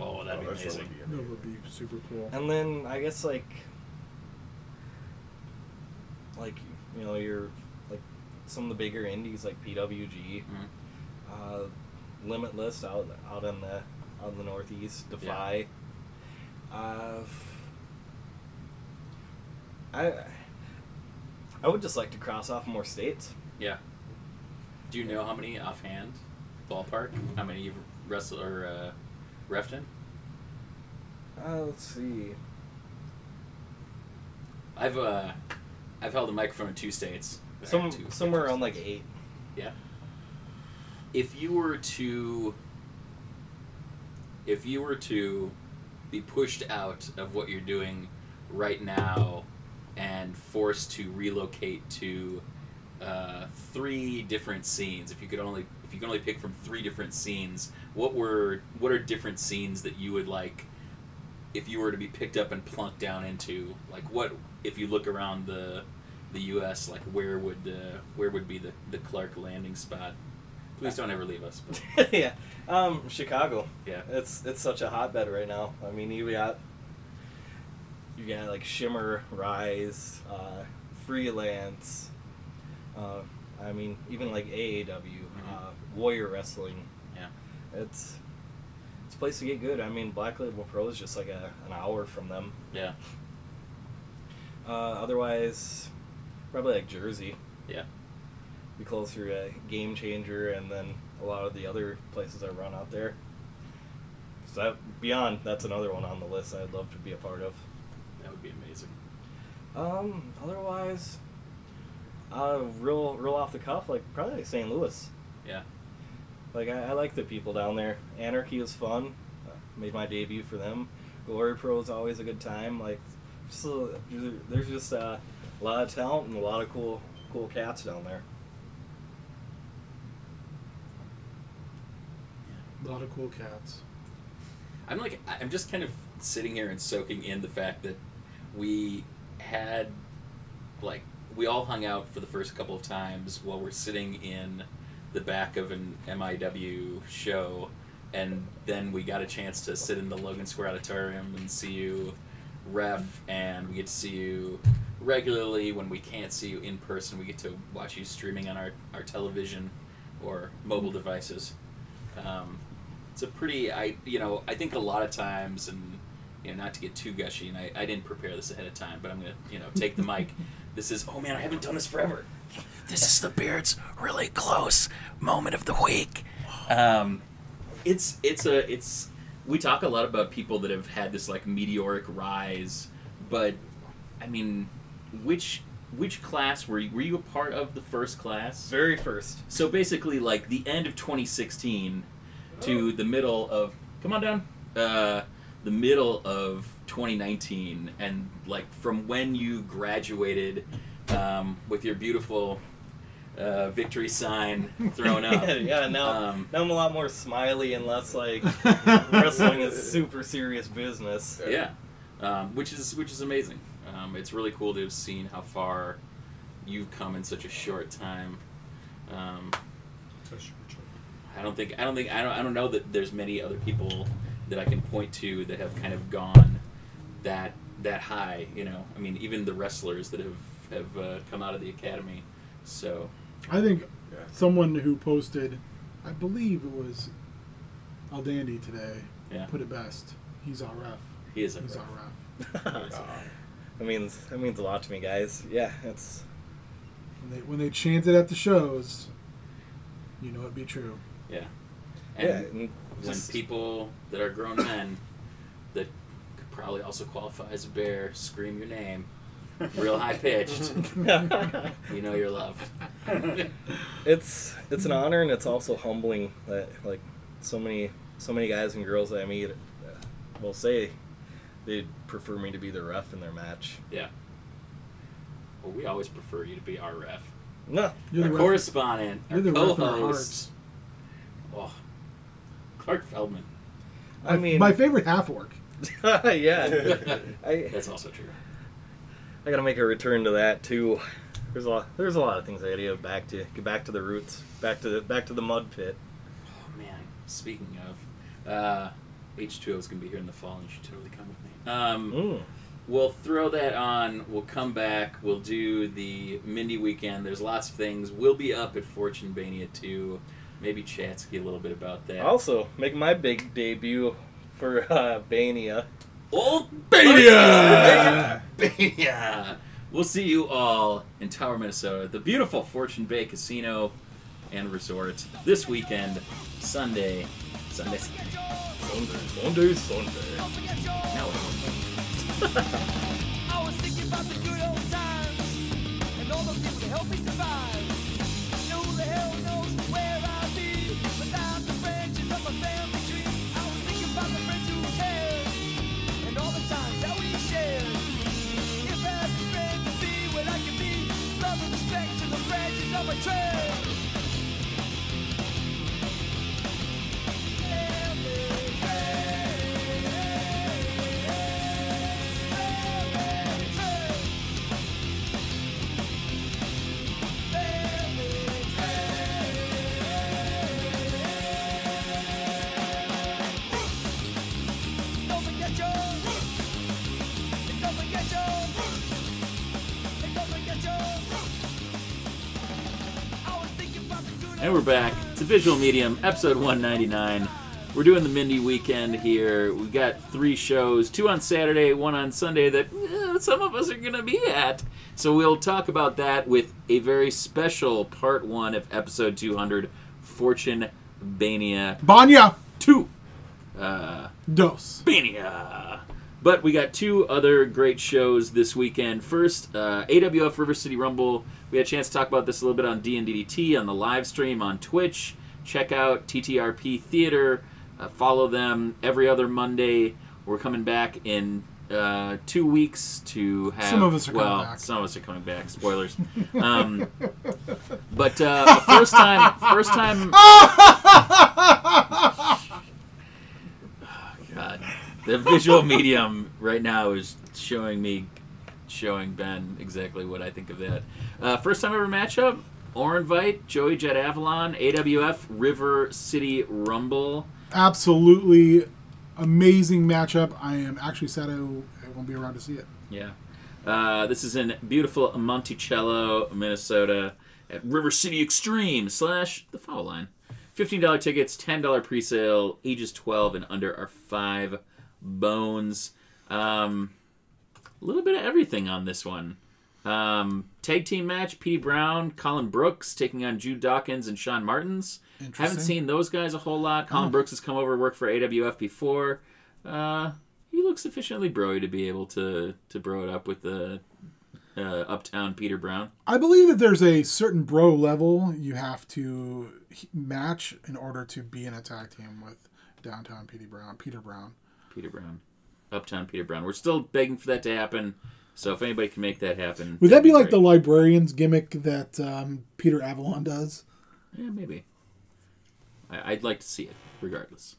Speaker 1: oh that'd be
Speaker 3: Oh, that's
Speaker 1: amazing
Speaker 3: what we
Speaker 2: That
Speaker 3: do.
Speaker 2: would be super cool.
Speaker 5: and then I guess like like you know your like some of the bigger indies like PWG,
Speaker 1: Mhm.
Speaker 5: uh, Limitless out out in the out in the Northeast, Defy. Uh, I I would just like to cross off more states.
Speaker 1: Do you know how many offhand, ballpark? How many you've wrestled or uh, refed in?
Speaker 5: Uh, let's see.
Speaker 1: I've uh, I've held a microphone in two states.
Speaker 5: Some,
Speaker 1: Two-
Speaker 5: somewhere around like eight.
Speaker 1: If you were to, if you were to, be pushed out of what you're doing right now, and forced to relocate to uh, three different scenes, if you could only if you could only pick from three different scenes, what were what are different scenes that you would like if you were to be picked up and plunked down into like what if you look around the the US like where would uh, where would be the, the Clark landing spot please don't ever leave us but
Speaker 5: yeah. Um, Chicago.
Speaker 1: Yeah.
Speaker 5: It's it's such a hotbed right now. I mean, you got you got like Shimmer, Rise, uh, Freelance. Uh, I mean, even like AAW, uh, Warrior Wrestling.
Speaker 1: Yeah.
Speaker 5: It's it's a place to get good. I mean, Black Label Pro is just like a, an hour from them.
Speaker 1: yeah
Speaker 5: Uh, otherwise, probably like Jersey.
Speaker 1: Yeah.
Speaker 5: Be closer to uh, Game Changer and then a lot of the other places I run out there. So that, beyond, that's another one on the list I'd love to be a part of.
Speaker 1: that would be amazing
Speaker 5: Um, otherwise, uh, real, real off the cuff, like probably like St. Louis.
Speaker 1: Yeah.
Speaker 5: Like I, I like the people down there. Anarchy is fun. Uh, made my debut for them. Glory Pro is always a good time. Like, just a, there's just uh, a lot of talent and a lot of cool, cool cats down there.
Speaker 2: A lot of cool cats.
Speaker 1: I'm like I- I'm just kind of sitting here and soaking in the fact that we had like we all hung out for the first couple of times while we're sitting in the back of an MIW show and then we got a chance to sit in the Logan Square Auditorium and see you ref and we get to see you regularly when we can't see you in person we get to watch you streaming on our, our television or mobile devices um, it's a pretty i you know i think a lot of times and you know not to get too gushy and i, I didn't prepare this ahead of time but i'm gonna you know take the mic this is oh man i haven't done this forever this is the beards really close moment of the week um, it's it's a it's we talk a lot about people that have had this like meteoric rise but i mean which which class were you were you a part of the first class
Speaker 5: Very first.
Speaker 1: so basically, like the end of 2016 to the middle of come on down, uh, the middle of 2019, and like from when you graduated um, with your beautiful uh, victory sign thrown up.
Speaker 5: yeah. Now,
Speaker 1: Um,
Speaker 5: now I'm a lot more smiley and less like
Speaker 2: Wrestling
Speaker 5: wrestling is super serious business.
Speaker 1: yeah. um, which is which is amazing. Um, it's really cool to have seen how far you've come in such a short time. Um, I don't think I don't think I don't I don't know that there's many other people that I can point to that have kind of gone that that high. You know, I mean, even the wrestlers that have have uh, come out of the academy. So
Speaker 2: I think
Speaker 3: Yeah.
Speaker 2: someone who posted, I believe it was Al Dandy today,
Speaker 1: Yeah.
Speaker 2: put it best. He's our ref.
Speaker 1: he is a
Speaker 2: He's
Speaker 1: pro.
Speaker 2: our ref.
Speaker 3: Uh-huh.
Speaker 4: That means that means a lot to me, guys. Yeah, it's
Speaker 2: When they, when they chant it at the shows, you know it'd be true.
Speaker 1: And
Speaker 4: yeah. and
Speaker 1: when
Speaker 4: just-
Speaker 1: people that are grown men that could probably also qualify as a bear scream your name real high pitched, you know you're loved.
Speaker 4: it's it's an honor and it's also humbling that like so many so many guys and girls that I meet uh, will say they'd prefer me to be their ref in their match.
Speaker 1: well, we always prefer you to be our ref,
Speaker 4: No,
Speaker 2: You're the
Speaker 1: our
Speaker 2: ref.
Speaker 1: correspondent,
Speaker 2: You're the
Speaker 1: our
Speaker 2: ref in our
Speaker 1: co-host.
Speaker 2: hearts.
Speaker 1: Oh, Clark Feldman.
Speaker 4: I
Speaker 2: My-
Speaker 4: mean,
Speaker 2: my favorite half orc.
Speaker 4: yeah,
Speaker 1: That's
Speaker 4: I
Speaker 1: also true.
Speaker 4: I gotta make a return to that too. There's a lot. There's a lot of things I gotta get back to. Get back to the roots. Back to the back to the mud pit.
Speaker 1: Oh man, speaking of, uh, H2O is gonna be here in the fall, and you should totally come with me. Um,
Speaker 4: Mm.
Speaker 1: We'll throw that on. We'll come back. We'll do the Mindy weekend. There's lots of things. We'll be up at Fortune Bania too. Maybe Chatsky a little bit about that.
Speaker 4: Also, make my big debut for uh, Bania.
Speaker 1: Old Bania! Bania! We'll see you all in Tower, Minnesota, at the beautiful Fortune Bay Casino and Resort this weekend, Sunday. Sunday.
Speaker 4: Sunday, Sunday, Sunday.
Speaker 1: No,
Speaker 6: I was thinking about the good old times and all the people that helped me survive. Now who the hell knows where I'll be without the branches of a family tree? I was thinking about the friends who cared and all the times that we shared. If I had the strength to be what I can be, love and respect to the branches of a tree. Don't forget your roots. And don't forget your roots. And don't forget your roots. I was thinking about the good
Speaker 1: And we're back to Visual Medium, episode 199. We're doing the Mindy weekend here. We've got three shows two on Saturday, one on Sunday that eh, some of us are going to be at. So we'll talk about that with a very special part one of episode 200 Fortune Bania
Speaker 2: Banya
Speaker 1: 2. Uh,
Speaker 2: dos.
Speaker 1: Bania. But we got two other great shows this weekend. First, uh, AWF River City Rumble. We had a chance to talk about this a little bit on DNDDT, on the live stream, on Twitch. Check out TTRP Theater. Uh, follow them every other Monday. We're coming back in uh, two weeks to have.
Speaker 2: Some of us are coming
Speaker 1: well,
Speaker 2: back.
Speaker 1: some of us are coming back. Spoilers. Um, but uh, first time, first time. God, the visual medium right now is showing me, showing Ben exactly what I think of that. Uh, first time ever matchup: Orinvite, Joey Jet Avalon, AWF River City Rumble.
Speaker 2: Absolutely amazing matchup. I am actually sad I, I won't be around to see it.
Speaker 1: Yeah. Uh, this is in beautiful Monticello, Minnesota, at River City Extreme slash the foul line. Fifteen dollar tickets, ten dollar presale. Ages twelve and under are five bones. Um, a little bit of everything on this one. Um, tag team match: Petey Brown, Colin Brooks taking on Jude Dawkins and Sean Martins.
Speaker 2: Interesting.
Speaker 1: Haven't seen those guys a whole lot. Colin
Speaker 2: Oh.
Speaker 1: Brooks has come over and worked for AWF before. Uh, he looks sufficiently broy to be able to to bro it up with the uh, uptown Peter Brown.
Speaker 2: I believe that there's a certain bro level you have to he- match in order to be in a tag team with downtown Peter Brown. Peter Brown.
Speaker 1: Peter Brown, uptown Peter Brown. We're still begging for that to happen. So if anybody can make that happen,
Speaker 2: Would that be like the
Speaker 1: great.
Speaker 2: librarian's gimmick that um, Peter Avalon does?
Speaker 1: Yeah, maybe. I, I'd like to see it, regardless.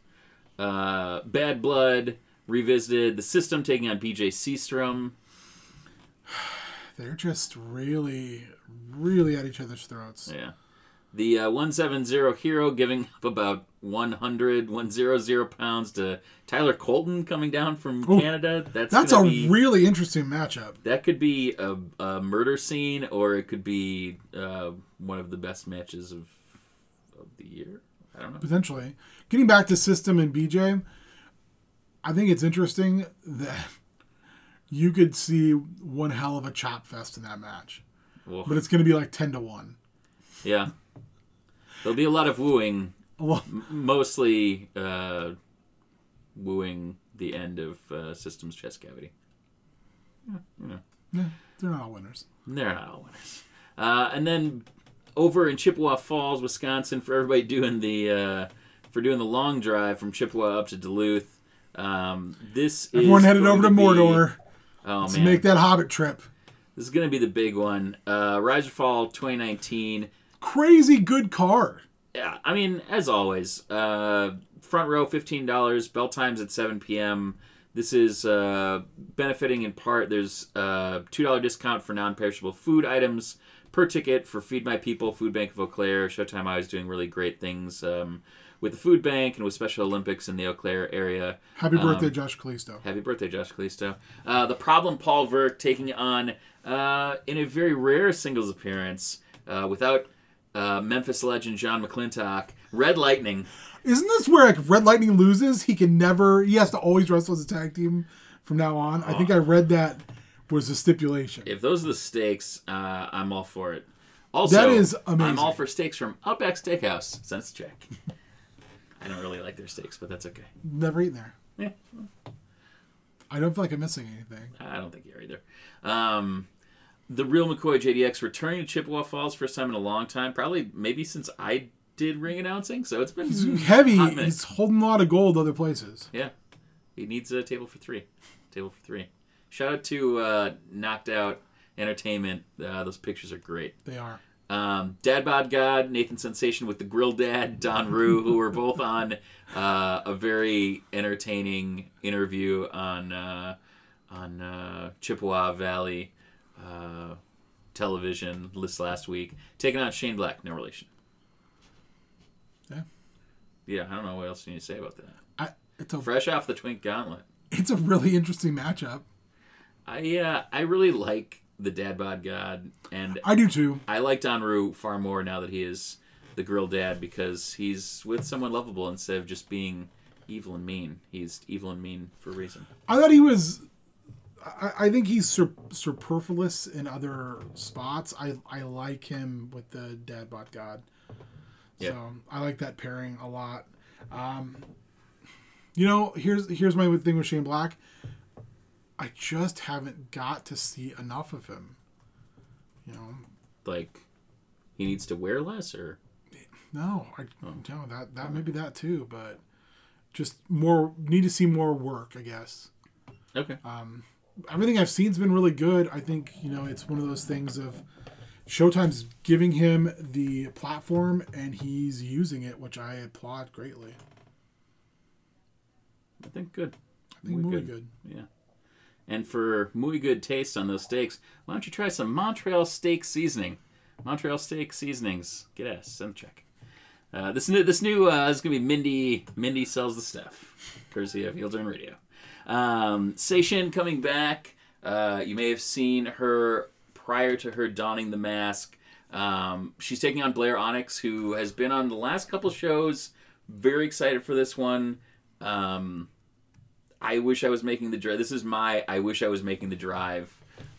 Speaker 1: Uh, Bad Blood, revisited the system taking on BJ Seastrom.
Speaker 2: They're just really, really at each other's throats.
Speaker 1: Yeah. The uh, 170 hero giving up about 100, 100 pounds to Tyler Colton coming down from
Speaker 2: Ooh.
Speaker 1: Canada. That's
Speaker 2: That's a
Speaker 1: gonna be,
Speaker 2: really interesting matchup.
Speaker 1: that could be a, a murder scene, or it could be uh, one of the best matches of of the year. I don't know.
Speaker 2: potentially. Getting back to System and BJ, I think it's interesting that you could see one hell of a chop fest in that match,
Speaker 1: Well,
Speaker 2: but it's going to be like ten to one.
Speaker 1: yeah, there'll be a lot of wooing,
Speaker 2: Well,
Speaker 1: mostly uh, wooing the end of uh, System's chest cavity.
Speaker 2: yeah, they're not all winners.
Speaker 1: They're not all winners. Uh, and then over in Chippewa Falls, Wisconsin, for everybody doing the uh, for doing the long drive from Chippewa up to Duluth. Um, this
Speaker 2: Everyone
Speaker 1: is
Speaker 2: headed
Speaker 1: going
Speaker 2: over to
Speaker 1: be-
Speaker 2: Mordor
Speaker 1: Oh
Speaker 2: to
Speaker 1: man,
Speaker 2: make that Hobbit trip.
Speaker 1: this is going to be the big one. Uh, Rise or Fall 2019.
Speaker 2: Crazy good card.
Speaker 1: Yeah, I mean, as always, uh, front row fifteen dollars. Bell times at seven p.m. This is uh, benefiting in part. There's a two dollar discount for non-perishable food items per ticket for Feed My People, Food Bank of Eau Claire, Showtime. I was doing really great things um, with the food bank and with Special Olympics in the Eau Claire area.
Speaker 2: Happy birthday,
Speaker 1: Um,
Speaker 2: Josh Kalisto.
Speaker 1: Happy birthday, Josh Callisto. Uh, the problem, Paul Verk taking on uh, in a very rare singles appearance uh, without uh, Memphis legend John McClintock, Red Lightning.
Speaker 2: Isn't this where like, Red Lightning loses? He can never. He has to always wrestle as a tag team from now on. I think I read that was a stipulation.
Speaker 1: If those are the stakes, uh, I'm all for it. Also,
Speaker 2: That is
Speaker 1: I'm
Speaker 2: amazing.
Speaker 1: all for steaks from Outback Steakhouse. Sense check. I don't really like their steaks, but that's okay.
Speaker 2: Never eaten there.
Speaker 1: Yeah.
Speaker 2: I don't feel like I'm missing anything.
Speaker 1: I don't think you're either. Um, the real McCoy JDX returning to Chippewa Falls first time in a long time, probably maybe since I did ring announcing. So it's been
Speaker 2: He's heavy.
Speaker 1: hot minute.
Speaker 2: He's holding a lot of gold other places.
Speaker 1: Yeah, he needs a table for three. Table for three. Shout out to uh, Knocked Out Entertainment. Uh, those pictures are great.
Speaker 2: They are.
Speaker 1: Um, Dad Bod God, Nathan Sensation with the Grill Dad, Don Rue, who were both on uh, a very entertaining interview on uh, on uh, Chippewa Valley uh, television this last week, taking on Shane Black, no relation.
Speaker 2: Yeah.
Speaker 1: Yeah, I don't know what else you need to say about that.
Speaker 2: I, it's a
Speaker 1: Fresh off the Twink Gauntlet.
Speaker 2: it's a really interesting matchup.
Speaker 1: I uh, I really like the Dad Bod God, and
Speaker 2: I do too.
Speaker 1: I like Don Rue far more now that he is the grill dad because he's with someone lovable instead of just being evil and mean. He's evil and mean for a reason.
Speaker 2: I thought he was. I, I think he's sur- superfluous in other spots. I I like him with the Dad Bot God.
Speaker 1: Yeah.
Speaker 2: So I like that pairing a lot. Um, you know, here's here's my thing with Shane Black. I just haven't got to see enough of him. You know,
Speaker 1: Like he needs to wear less or
Speaker 2: No, I no that that maybe that too, but just more need to see more work, I guess.
Speaker 1: Okay.
Speaker 2: Everything I've seen's been really good. I think you know it's one of those things of Showtime's giving him the platform and he's using it, which I applaud greatly.
Speaker 1: I think good.
Speaker 2: I think
Speaker 1: Muy
Speaker 2: really
Speaker 1: good.
Speaker 2: good.
Speaker 1: And for muy good taste on those steaks, why don't you try some Montreal steak seasoning? Montreal steak seasonings. Get us send a check. Uh, this new this new uh, this is gonna be Mindy. Mindy sells the stuff, courtesy of Heel Turn Radio. Um, Seishin coming back. Uh, you may have seen her prior to her donning the mask. Um, she's taking on Blair Onyx, who has been on the last couple shows. Very excited for this one. Um, I wish I was making the drive. This is my I wish I was making the drive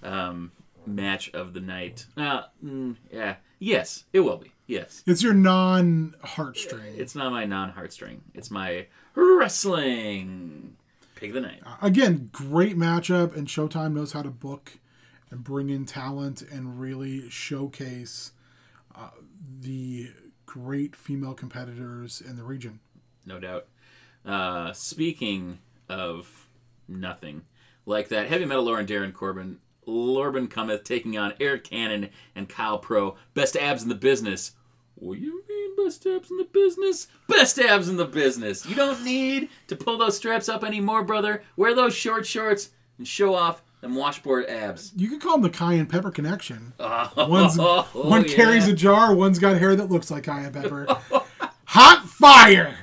Speaker 1: um, match of the night. Uh, mm, yeah. Yes, it will be. Yes.
Speaker 2: It's your non heartstring.
Speaker 1: It's not my non heartstring. It's my wrestling pig of the night.
Speaker 2: again, great matchup, and Showtime knows how to book and bring in talent and really showcase uh, the great female competitors in the region.
Speaker 1: no doubt. Uh, speaking of nothing, like that heavy metal Lauren Darren Corbin, Lorbin cometh taking on Eric Cannon and Kyle Pro, best abs in the business. What do you mean Best abs in the business. Best abs in the business. You don't need to pull those straps up anymore, brother. Wear those short shorts and show off them washboard abs.
Speaker 2: You could call them the cayenne pepper connection.
Speaker 1: Oh,
Speaker 2: One's,
Speaker 1: oh,
Speaker 2: one carries
Speaker 1: yeah.
Speaker 2: a jar, one's got hair that looks like cayenne pepper. Hot fire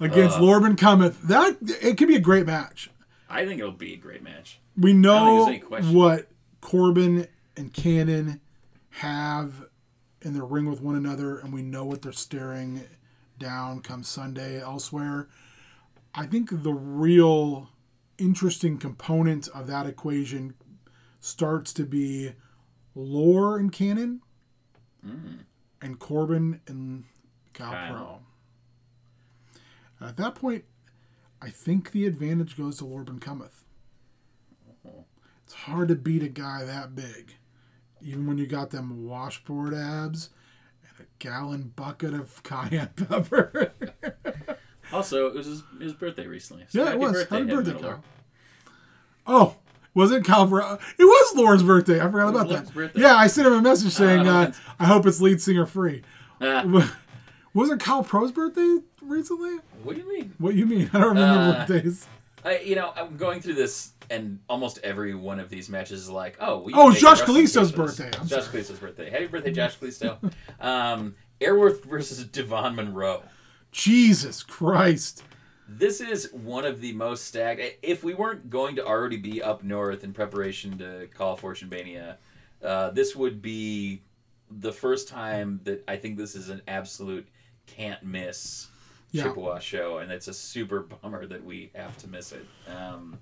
Speaker 2: against
Speaker 1: Uh.
Speaker 2: Lorben Cometh. That it could be a great match.
Speaker 1: I think it'll be a great match.
Speaker 2: We
Speaker 1: don't
Speaker 2: know
Speaker 1: think there's any question.
Speaker 2: what Corbin and Cannon have in their ring with one another, and we know what they're staring down come Sunday elsewhere. I think the real interesting component of that equation starts to be Lore and Cannon and Corbin and Kyle
Speaker 1: Kyle.
Speaker 2: Pro. At that point, I think the advantage goes to Lorben Cometh. It's hard to beat a guy that big, even when you got them washboard abs and a gallon bucket of cayenne pepper.
Speaker 1: Also, it was his, his birthday recently. So
Speaker 2: yeah,
Speaker 1: happy
Speaker 2: it was.
Speaker 1: Birthday,
Speaker 2: Happy
Speaker 1: Head
Speaker 2: birthday,
Speaker 1: Middler.
Speaker 2: Kyle. Oh, was it Kyle? Bra- it was Lauren's birthday. I forgot
Speaker 1: was
Speaker 2: about
Speaker 1: Lauren's
Speaker 2: that.
Speaker 1: birthday.
Speaker 2: Yeah, I sent him a message saying,
Speaker 1: Ah,
Speaker 2: uh,
Speaker 1: that's-
Speaker 2: "I hope it's lead singer free."
Speaker 1: Ah.
Speaker 2: was it Kyle Pro's birthday recently?
Speaker 1: What do you mean?
Speaker 2: What you mean? I don't remember
Speaker 1: Uh,
Speaker 2: birthdays.
Speaker 1: I, you know, I'm going through this, and almost every one of these matches is like, oh, we
Speaker 2: Oh,
Speaker 1: make a
Speaker 2: Josh
Speaker 1: wrestling
Speaker 2: Kalisto's
Speaker 1: case for this.
Speaker 2: birthday. I'm
Speaker 1: Josh
Speaker 2: sorry.
Speaker 1: Kalisto's birthday. Happy birthday, Josh Kalisto. um, Airworth versus Devon Monroe.
Speaker 2: Jesus Christ!
Speaker 1: This is one of the most stacked. If we weren't going to already be up north in preparation to call Fortune Mania, uh, this would be the first time that I think this is an absolute can't miss
Speaker 2: Yeah.
Speaker 1: Chippewa show, and it's a super bummer that we have to miss it. Um,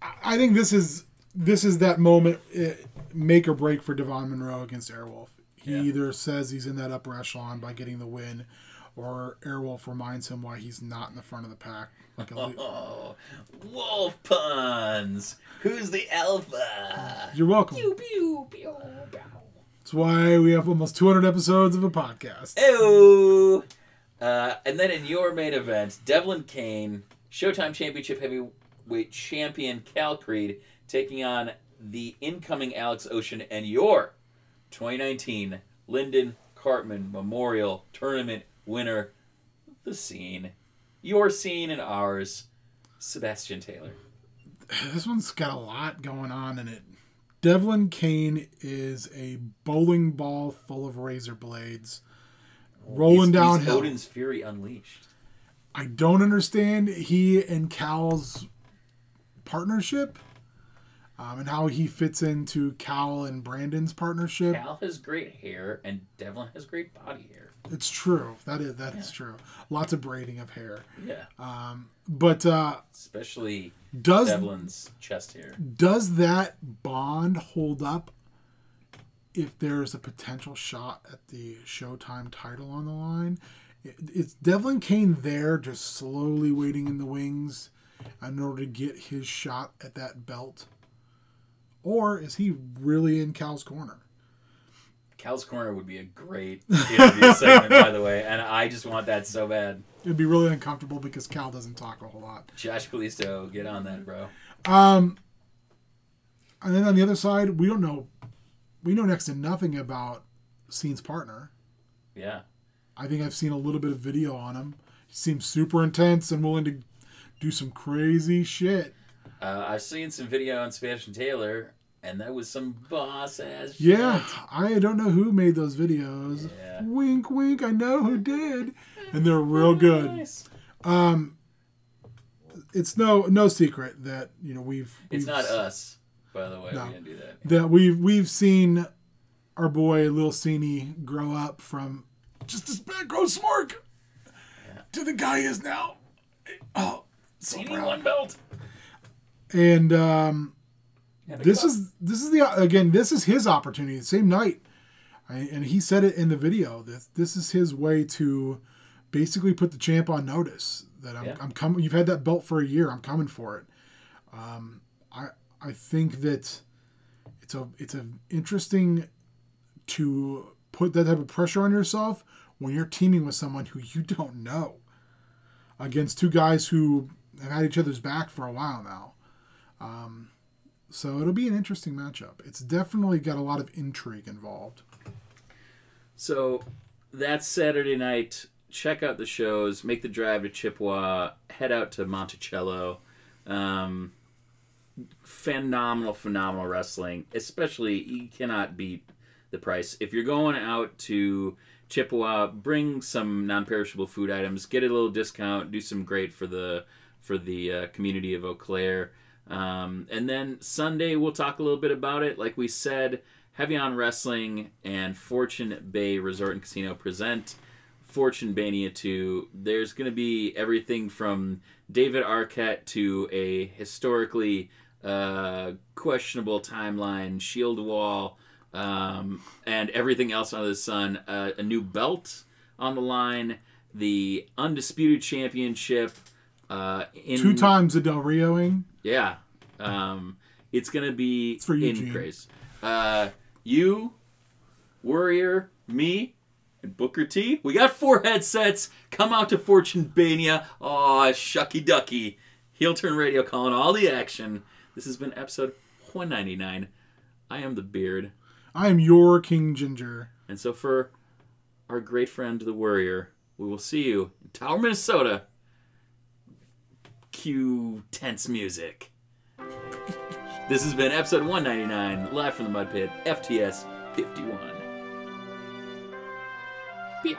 Speaker 2: I- I think this is this is that moment eh, make or break for Devon Monroe against Airwolf. He
Speaker 1: Yeah.
Speaker 2: either says he's in that upper echelon by getting the win, or Airwolf reminds him why he's not in the front of the pack. Like a le-
Speaker 1: Oh, wolf puns. Who's the alpha?
Speaker 2: You're welcome.
Speaker 1: pew, pew, pew.
Speaker 2: That's why we have almost 200 episodes of a podcast.
Speaker 1: Ew. Uh, and then in your main event, Devlin Kane, Showtime Championship Heavyweight Champion Cal Creed, taking on the incoming Alex Ocean and your 2019 Lyndon Cartman Memorial Tournament winner, the scene. Your scene and ours, Sebastian Taylor.
Speaker 2: This one's got a lot going on in it. Devlin Kane is a bowling ball full of razor blades, rolling
Speaker 1: He's- he's
Speaker 2: downhill.
Speaker 1: Odin's Fury Unleashed.
Speaker 2: I don't understand he and Cal's partnership um, and how he fits into Cal and Brandon's partnership.
Speaker 1: Cal has great hair, and Devlin has great body hair.
Speaker 2: It's true. That is that is true. Lots of braiding of hair.
Speaker 1: Yeah,
Speaker 2: But uh,
Speaker 1: Uh, especially
Speaker 2: does
Speaker 1: Devlin's chest hair.
Speaker 2: does that bond hold up if there's a potential shot at the Showtime title on the line? It- It's Devlin Kane there, just slowly waiting in the wings in order to get his shot at that belt? Or is he really in Cal's corner?
Speaker 1: Cal's corner would be a great interview segment, by the way, and I just want that so bad.
Speaker 2: It'd be really uncomfortable because Cal doesn't talk a whole lot. Um,
Speaker 1: Josh Kalisto, get on that, bro.
Speaker 2: And then on the other side, we don't know. We know next to nothing about Scene's partner.
Speaker 1: Yeah,
Speaker 2: I think I've seen a little bit of video on him. He seems super intense and willing to do some crazy shit.
Speaker 1: uh, I've seen some video on Sebastian Taylor, and that was some boss ass.
Speaker 2: Yeah, I don't know who made those videos.
Speaker 1: Yeah.
Speaker 2: Wink, wink. I know who did, and they're real good.
Speaker 1: Nice.
Speaker 2: It's no no secret that you know we've,
Speaker 1: It's
Speaker 2: we've
Speaker 1: not us, by the way.
Speaker 2: No.
Speaker 1: We didn't do that.
Speaker 2: that we've we've seen our boy Lil Cini grow up from just this background smark to the guy he is now. Oh, so
Speaker 1: You need
Speaker 2: proud.
Speaker 1: one belt.
Speaker 2: And um,
Speaker 1: And a
Speaker 2: this
Speaker 1: cup.
Speaker 2: is this is the again this is his opportunity. The same night, I, and he said it in the video. This this is his way to basically put the champ on notice that I'm,
Speaker 1: Yeah.
Speaker 2: I'm coming. You've had that belt for a year. I'm coming for it. Um, I I think that it's a it's a interesting to put that type of pressure on yourself when you're teaming with someone who you don't know against two guys who have had each other's back for a while now. Um, so it'll be an interesting matchup. It's definitely got a lot of intrigue involved.
Speaker 1: So that's Saturday night. Check out the shows. Make the drive to Chippewa. Head out to Monticello. Um, phenomenal, phenomenal wrestling. Especially, you cannot beat the price. If you're going out to Chippewa, bring some non-perishable food items. Get a little discount. Do some great for the for the uh, community of Eau Claire. Um, and then Sunday, we'll talk a little bit about it. Like we said, Heavy on Wrestling and Fortune Bay Resort and Casino present Fortune Bania 2. There's going to be everything from David Arquette to a historically uh, questionable timeline, shield wall, um, and everything else under the sun. Uh, a new belt on the line, the Undisputed Championship. Uh, in
Speaker 2: Two times a Del Rioing.
Speaker 1: yeah. Um, it's going to be
Speaker 2: for you,
Speaker 1: in
Speaker 2: Gene.
Speaker 1: grace. Uh, you, Warrior, me, and Booker T. We got four headsets. Come out to Fortune Bania. Aw, shucky ducky. Heel turn radio calling all the action. This has been episode 199. I am the beard.
Speaker 2: I am your King Ginger.
Speaker 1: And so for our great friend, the Warrior, we will see you in Tower, Minnesota. Cue tense music. this has been episode 199, live from the Mud Pit, FTS 51. Beep.